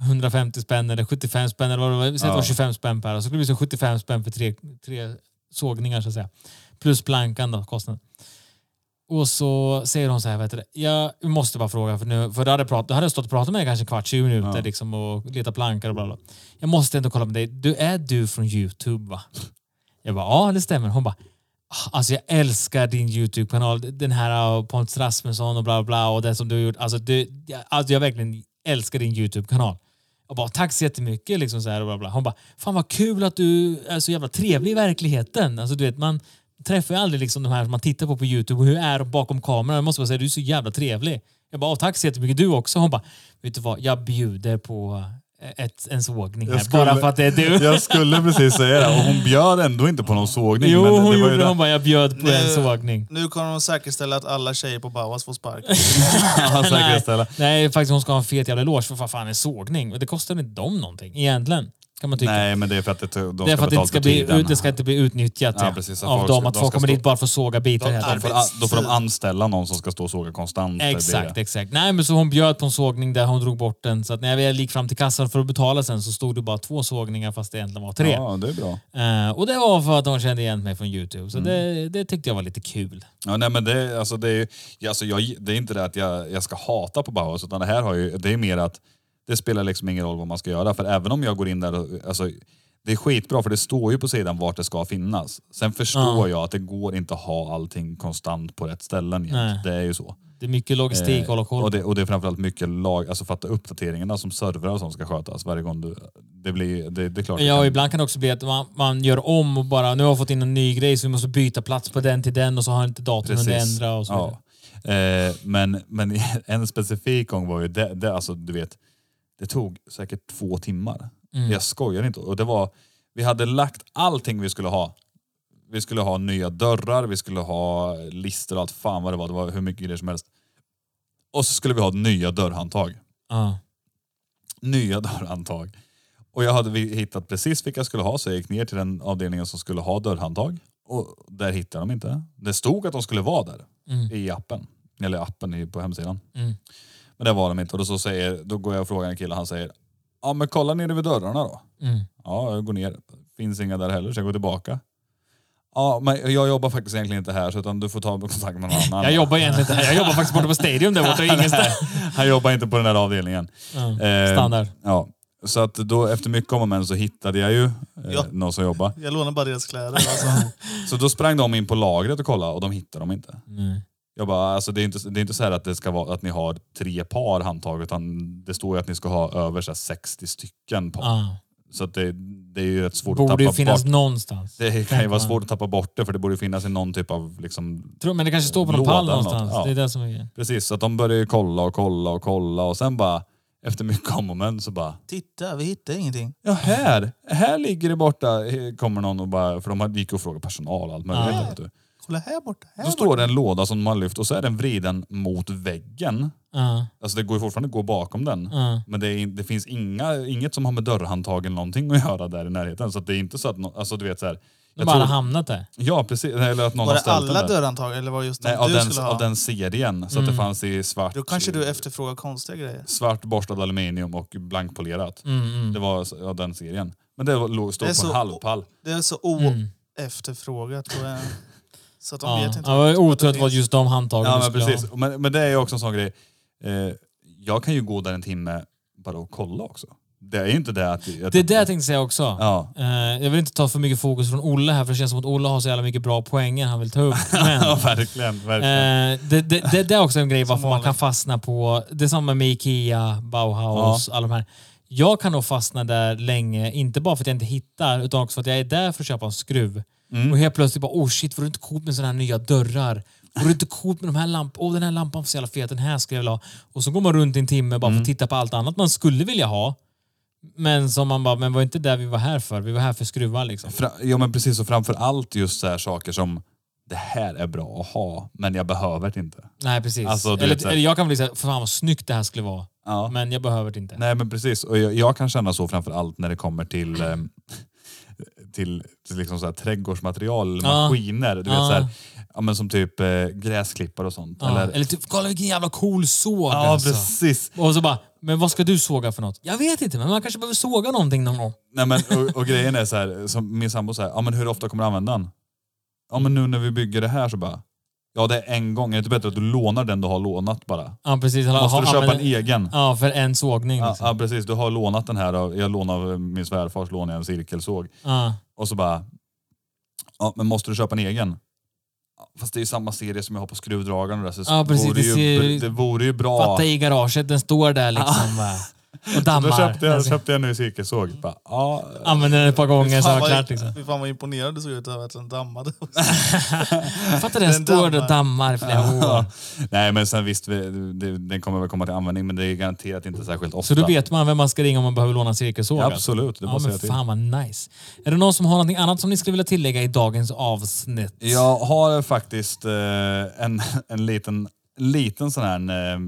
150 spänn eller 75 spänn eller vad det var. Säg att det var Ja. 25 spänn per. Så skulle det bli så 75 spänn för tre, tre sågningar så att säga. Plus plankan då, kostnaden. Och så säger hon så här, vet du, jag måste bara fråga, för, nu, för då, hade jag prat, då hade jag stått och pratat med dig kanske en kvart, 20 minuter Ja. liksom, och letat plankar och bla bla. Jag måste ändå kolla med dig, du är du från Youtube va? Jag bara, ja det stämmer. Hon bara, "Ah, alltså jag älskar din YouTube-kanal. Den här av Pontus Rasmusson och bla bla, bla och det som du har gjort. Alltså, du, jag- alltså jag verkligen älskar din YouTube-kanal. Jag bara, tack så jättemycket. Liksom så här och bla bla. Hon bara, fan vad kul att du är så jävla trevlig i verkligheten. Alltså du vet, man, träffar ju aldrig liksom de här som man tittar på på Youtube. Hur är de bakom kameran? Jag måste bara säga, du är så jävla trevlig. Jag bara, "Åh, tack så jättemycket du också. Hon bara, vet du vad, jag bjuder på eh, ett, en sågning här. Jag skulle- Bara för att det är du. Jag skulle precis säga det. Och hon bjöd ändå inte på någon sågning. jo, men det, hon det var gjorde ju det. det. Hon bara, jag bjöd på en Nu- sågning. Nu kommer de säkerställa att alla tjejer på Bauhaus får spark. Ja, säkerställa. Nej, nej, faktiskt hon ska ha en fet jävla eloge för vad fan en sågning. Och Det kostar inte dem någonting egentligen. Kan man tycka. Nej, men det är för att det, de det är för ska att det inte betalt ska för bli, tiden. ut, det ska inte bli utnyttjat Ja, ja, precis, att av folk dem. ska- Att de folk ska kommer stå- dit bara för att såga bitar. De- helt ja, Då enkelt. får, då får de anställa någon som ska stå och såga konstant. Det är det. Exakt, exakt. Nej, men så hon bjöd på en sågning där hon drog bort den. Så att när jag väl gick fram till kassan för att betala sen så stod det bara två sågningar fast det egentligen var tre. Ja, det är bra. Eh, och det var för att hon kände igen mig från Youtube. Så Mm. det, det tyckte jag var lite kul. Ja, nej, men det, alltså, det, är, ja, alltså, jag, det är inte det att jag, jag ska hata på Bauhaus, utan det här har ju, det är mer att det spelar liksom ingen roll vad man ska göra. För även om jag går in där och, alltså, det är skitbra för det står ju på sidan vart det ska finnas. Sen förstår jag att det går inte att ha allting konstant på rätt ställen. Nej. jämt. Det är ju så. Det är mycket logistik, hålla Eh, och, koll. det, och det är framförallt mycket lag, alltså fatta uppdateringarna som servrar som ska skötas varje gång du... Det, blir, det, det är klart. Ja, det och kan- ibland kan det också bli att man, man gör om och bara nu har jag fått in en ny grej så vi måste byta plats på den till den och så har inte datorn hunnit ändra och så vidare. ja. eh, men, men en specifik gång var ju det, det, alltså du vet, det tog säkert två timmar. Mm. Jag skojar inte. Och det var, vi hade lagt allting vi skulle ha. Vi skulle ha nya dörrar, vi skulle ha lister och allt fan vad det var. Det var hur mycket grejer som helst. Och så skulle vi ha nya dörrhandtag. Ja. nya dörrhandtag. Och jag hade vi- hittat precis vilka jag skulle ha så jag gick ner till den avdelningen som skulle ha dörrhandtag. Och där hittade de inte. Det stod att de skulle vara där i appen. Eller appen i- på hemsidan. Mm. Men det var de inte. Och då, så säger, då går jag och frågar en kille han säger Ja men kolla nere vid dörrarna då. Mm. Ja jag går ner. Finns inga där heller så jag går tillbaka. Ja men jag jobbar faktiskt egentligen inte här så utan du får ta kontakt med någon annan. Jag jobbar egentligen inte här. Jag jobbar faktiskt borta på Stadium där borta. Ingenstans. Han jobbar inte på den där avdelningen. Ja. Eh, Standard. Ja. Så att då efter mycket om och men så hittade jag ju eh, Ja. någon som jobbade. Jag lånar bara deras kläder. Alltså. Så då sprang de in på lagret och kollade och de hittade dem inte. Jag bara, alltså det är inte, det är inte så här att det ska vara att ni har tre par handtag utan det står ju att ni ska ha över så här 60 stycken par. Ja. Så att det, det är ju rätt svårt att Borde ju tappa finnas bort. någonstans. Det kan ju tänker vara man. svårt att tappa bort det för det borde ju finnas i någon typ av liksom Tror- Men det kanske står på någon Låda pall eller något. någonstans. Ja. Det är det som är... Precis, så att de började ju kolla och kolla och kolla och sen bara efter mycket om och men så bara Titta, vi hittar ingenting. Ja, här. Här ligger det borta. Kommer någon och bara... För de hade- gick och frågade personal och allt möjligt. Ja. vet du. Kolla här borta. Här Då borta. står det en låda som de har lyft och så är den vriden mot väggen. Ja, Alltså det går ju fortfarande att gå bakom den. ja. Men det, är, in- det finns inga, inget som har med dörrhandtag eller någonting att göra där i närheten. Så att det är inte så att... nå- alltså du vet så här, De jag bara tror- har hamnat där. Ja, precis. Eller att någon Var har det ställt alla den där. dörrhandtag eller var det just de Nej, av du den, skulle ha? Mm. av den serien. Så att det fanns i svart... Då kanske du efterfrågar konstiga grejer. Svart borstad aluminium och blankpolerat. Mm, Det var s- av den serien. Men det var- låg- stod Mm. Det är på en så- halvpall. Det är så Mm. oefterfrågat. tror jag. Så att de Mm. Ja. vet Ja, inte. det var ju otur att det var finns. just de handtagen Ja du men skulle precis. ha. Men, men det är ju också en sån grej. Eh, jag kan ju gå där en timme bara och kolla också. Det är ju inte det att... att Det är det jag tänkte säga också. Ja. Eh, jag vill inte ta för mycket fokus från Olle här för det känns som att Olle har så jävla mycket bra poänger han vill ta upp. Men, ja, verkligen. verkligen. eh, det, det, det, det är också en grej varför man vanligt. kan fastna på... Det är samma med Ikea, Bauhaus, alla de här. Jag kan nog fastna där länge, inte bara för att jag inte hittar, utan också för att jag är där för att köpa en skruv. Mm. Och helt plötsligt bara, oh shit, vore det inte coolt med sådana här nya dörrar? Vore det inte coolt med de här lamporna? Åh, den här lampan var så jävla fet, den här skulle jag vilja ha. Och så går man runt i en timme bara Mm. för att titta på allt annat man skulle vilja ha. Men som man bara, men var inte där vi var här för? Vi var här för skruvar liksom. Fra, ja men precis, och framför allt just så här saker som det här är bra att ha, men jag behöver det inte. Nej, precis. Alltså, du eller, vet så här- eller jag kan väl säga, fan vad snyggt det här skulle vara. Ja. Men jag behöver det inte. Nej men precis, och jag, jag kan känna så framför allt när det kommer till eh, till, till liksom så här trädgårdsmaterial, Ja. maskiner, du Ja. vet så här, ja, men som typ eh, gräsklippare och sånt. Ja, eller, typ, kolla vilken jävla cool såg ja alltså. precis. Och så bara, men vad ska du såga för något? Jag vet inte, men man kanske behöver såga någonting någon gång. Nej, men, och, och grejen är så här, som min sambo säger, ja men hur ofta kommer du använda den? Ja men nu när vi bygger det här så bara, ja det är en gång, är det inte bättre att du lånar den du har lånat bara? Ja, precis. Eller, Måste ha- du köpa en använder- egen? Ja, för en sågning. Ja, Liksom. ja precis, du har lånat den här, av- jag lånar av min svärfars lånade en cirkelsåg. Ja. Och så bara, ja men måste du köpa en egen? Ja, Fast det är ju samma serie som jag har på skruvdragaren och det, där, så Ja, precis, vore det ju, ser- det vore ju bra. Fatta i garaget, den står där liksom. bara. Och dammar. Då köpte jag, Alltså, köpte jag en ny cirkelsåg. Bara, ja, Använde den ett par gånger, sen Fan var det klart. vad, Liksom. fy fan vad imponerad du såg ut över att den dammade. Fattar den Den står och dammar. dammar i flera år. Ja. Nej men sen visst, vi- det- den kommer väl komma till användning men det är garanterat inte särskilt ofta. Så då vet man vem man ska ringa om man behöver låna cirkelsåg. Ja, alltså. Absolut, det Ja, måste men jag till. fan vad nice. Är det någon som har någonting annat som ni skulle vilja tillägga i dagens avsnitt? Jag har faktiskt eh, en, en liten, liten sån här eh,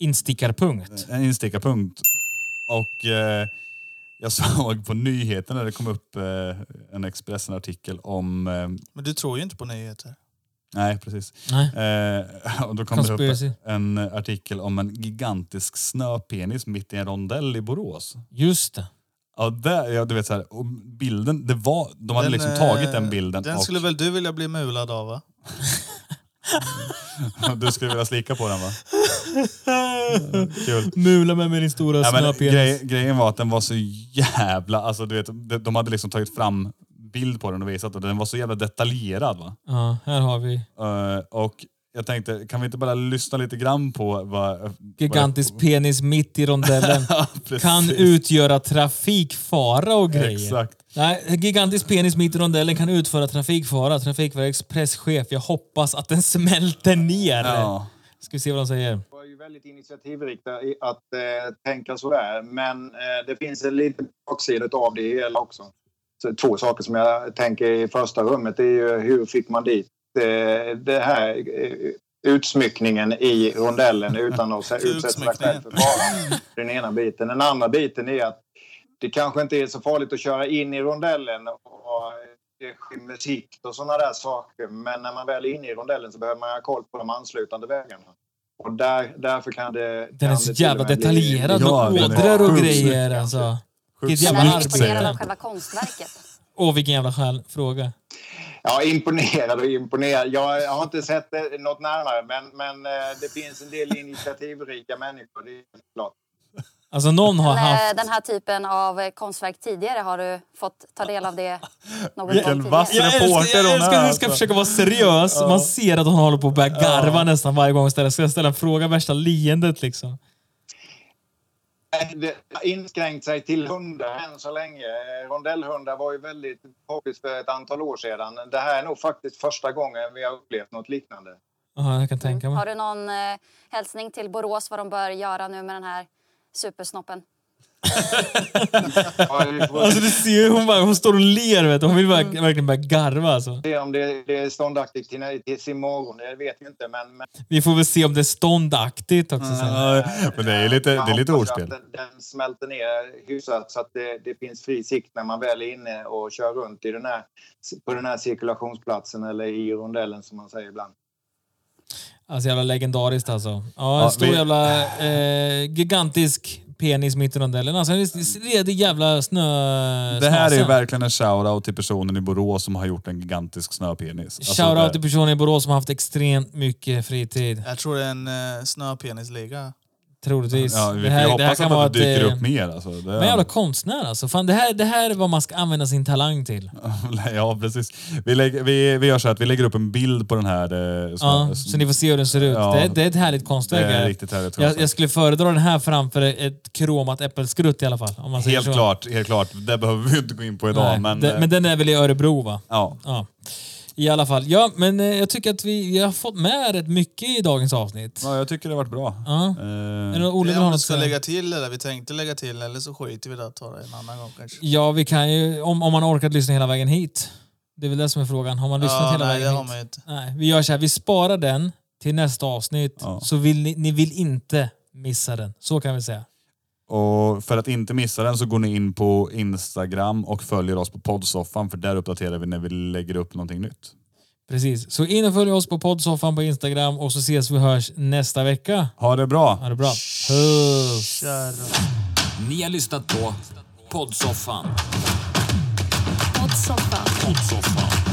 Instickarpunkt. en instickarpunkt. Och eh, jag såg på nyheterna, det kom upp eh, en Expressen-artikel om... Eh, Men du tror ju inte på nyheter. nej, precis. Nej. Eh, och då kom det Conspiracy. upp en artikel om en gigantisk snöpenis mitt i en rondell i Borås. Just det. Ja, där, ja du vet så här, och bilden, det var, de hade Den, liksom eh, tagit den bilden Den och skulle väl du vilja bli mulad av va? du skulle vilja slika på den va? Kul. Mula med mig din stora Ja, men, snöpenis. grej, grejen var att den var så jävla, alltså du vet, de, de hade liksom tagit fram bild på den och visat och den var så jävla detaljerad va. Ja, här har vi Eh, och jag tänkte, kan vi inte bara lyssna lite grann på vad... gigantisk penis mitt i rondellen. vad- kan precis. utgöra trafikfara och grejer. Exakt. Nej, gigantisk penis mitt i rondellen kan utföra trafikfara. Trafikverkets presschef. Jag hoppas att den smälter ner. Ja. Ska vi se vad de säger. var ju väldigt initiativriktad i att eh, tänka sådär. Men eh, det finns en liten baksida av det hela också. Så två saker som jag tänker i första rummet det är ju hur fick man dit eh, det här eh, utsmyckningen i rondellen utan att se- utsätta sig själv för fara. Den ena biten. Den andra biten är att det kanske inte är så farligt att köra in i rondellen och eh, det skymmer sikt och sådana där saker. Men när man väl är inne i rondellen så behöver man ha koll på de anslutande vägarna. Och där, därför kan det... Den är kan så det till och jävla med bli- detaljerad med Ja, den är ådror och sjukt grejer. snygg. Alltså. Sjukt Vilket Man jävla är snyggt, säger imponerad den. av själva konstverket. Åh, vilken jävla själ- fråga. Ja, imponerad och imponerad. Jag har inte sett det något närmare, men, men eh, det finns en del initiativrika människor. Det är helt klart. Alltså någon har Men, eh, haft... Den här typen av eh, konstverk tidigare, har du fått ta del av det någon Vilken gång vass tidigare? Ja. reporter jag hon älskar hur hon är, ska alltså. försöka vara seriös. Man ser att hon håller på att börja garva nästan varje gång hon ställer, ska jag ställa en fråga. Värsta leendet liksom. Det har inskränkt sig till hundar än så länge. Eh, Rondellhundar var ju väldigt poppis för ett antal år sedan. Det här är nog faktiskt första gången vi har upplevt något liknande. Ja, jag kan tänka Har mig. du någon eh, hälsning till Borås vad de bör göra nu med den här supersnoppen? Ja, vi får Alltså du ser ju, hon, bara, hon står och ler vet du. Hon vill bara, Mm. verkligen börja garva alltså. se om det, det är ståndaktigt till, till imorgon, det vet vi inte. Men, men Vi får väl se om det är ståndaktigt också sen. Ja, Men det är ju lite, det jag är lite hoppas ordspel. att Den, den smälter ner hyfsat så att det, det finns fri sikt när man väl är inne och kör runt i den här, på den här cirkulationsplatsen eller i rondellen som man säger ibland. Alltså jävla legendariskt alltså. Ja, en Ja, stor vi- jävla eh, gigantisk penis mitt i rondellen. Alltså en redig jävla snö... Det här är ju snasa. verkligen en shoutout till personen i Borås som har gjort en gigantisk snöpenis. Alltså, Shoutout det- till personer i Borås som har haft extremt mycket fritid. Jag tror det är en eh, snöpenisliga. Troligtvis. Ja, vi Det får här- ju det här hoppas kan att vara det ett, dyker eh, upp mer. Alltså. Det, Men jävla konstnär alltså. Fan, det, här, det här är vad man ska använda sin talang till. ja, precis. Vi, lägger, vi, vi gör så här att vi lägger upp en bild på den här. eh, som- Ja, som- så ni får se hur den ser ut. Ja. det, det är ett härligt konstverk. Det är här. riktigt härligt alltså. jag, konstverk. jag skulle föredra den här framför ett kromat äppelskrutt i alla fall. Om man säger helt så. klart, helt klart. Det behöver vi inte gå in på idag. Nej, men, de, eh, men den är väl i Örebro va? ja. Ja. I alla fall. Ja, men eh, jag tycker att vi, vi har fått med rätt mycket i dagens avsnitt. ja, jag tycker det har varit bra. Ja. Eh, Är det något Olle vill Eller ha om vi något ska att säga? lägga till det där vi tänkte lägga till eller så skiter vi i det och tar det en annan gång kanske. Ja, vi kan ju, om, om man har orkat lyssna hela vägen hit. Det är väl det som är frågan. Har man lyssnat Ja, hela nej, det vägen har hit? man ju inte. Nej, vi gör så här. Vi sparar den till nästa avsnitt. Ja. Så vill ni, ni vill inte missa den. Så kan vi säga. Och för att inte missa den så går ni in på Instagram och följer oss på poddsoffan för där uppdaterar vi när vi lägger upp någonting nytt. Precis. Så in och följ oss på poddsoffan på Instagram och så ses vi och hörs nästa vecka. Ha det bra! Ha det bra. Puss. Kör då. Ni har lyssnat på Poddsoffan. Poddsoffan. Poddsoffan.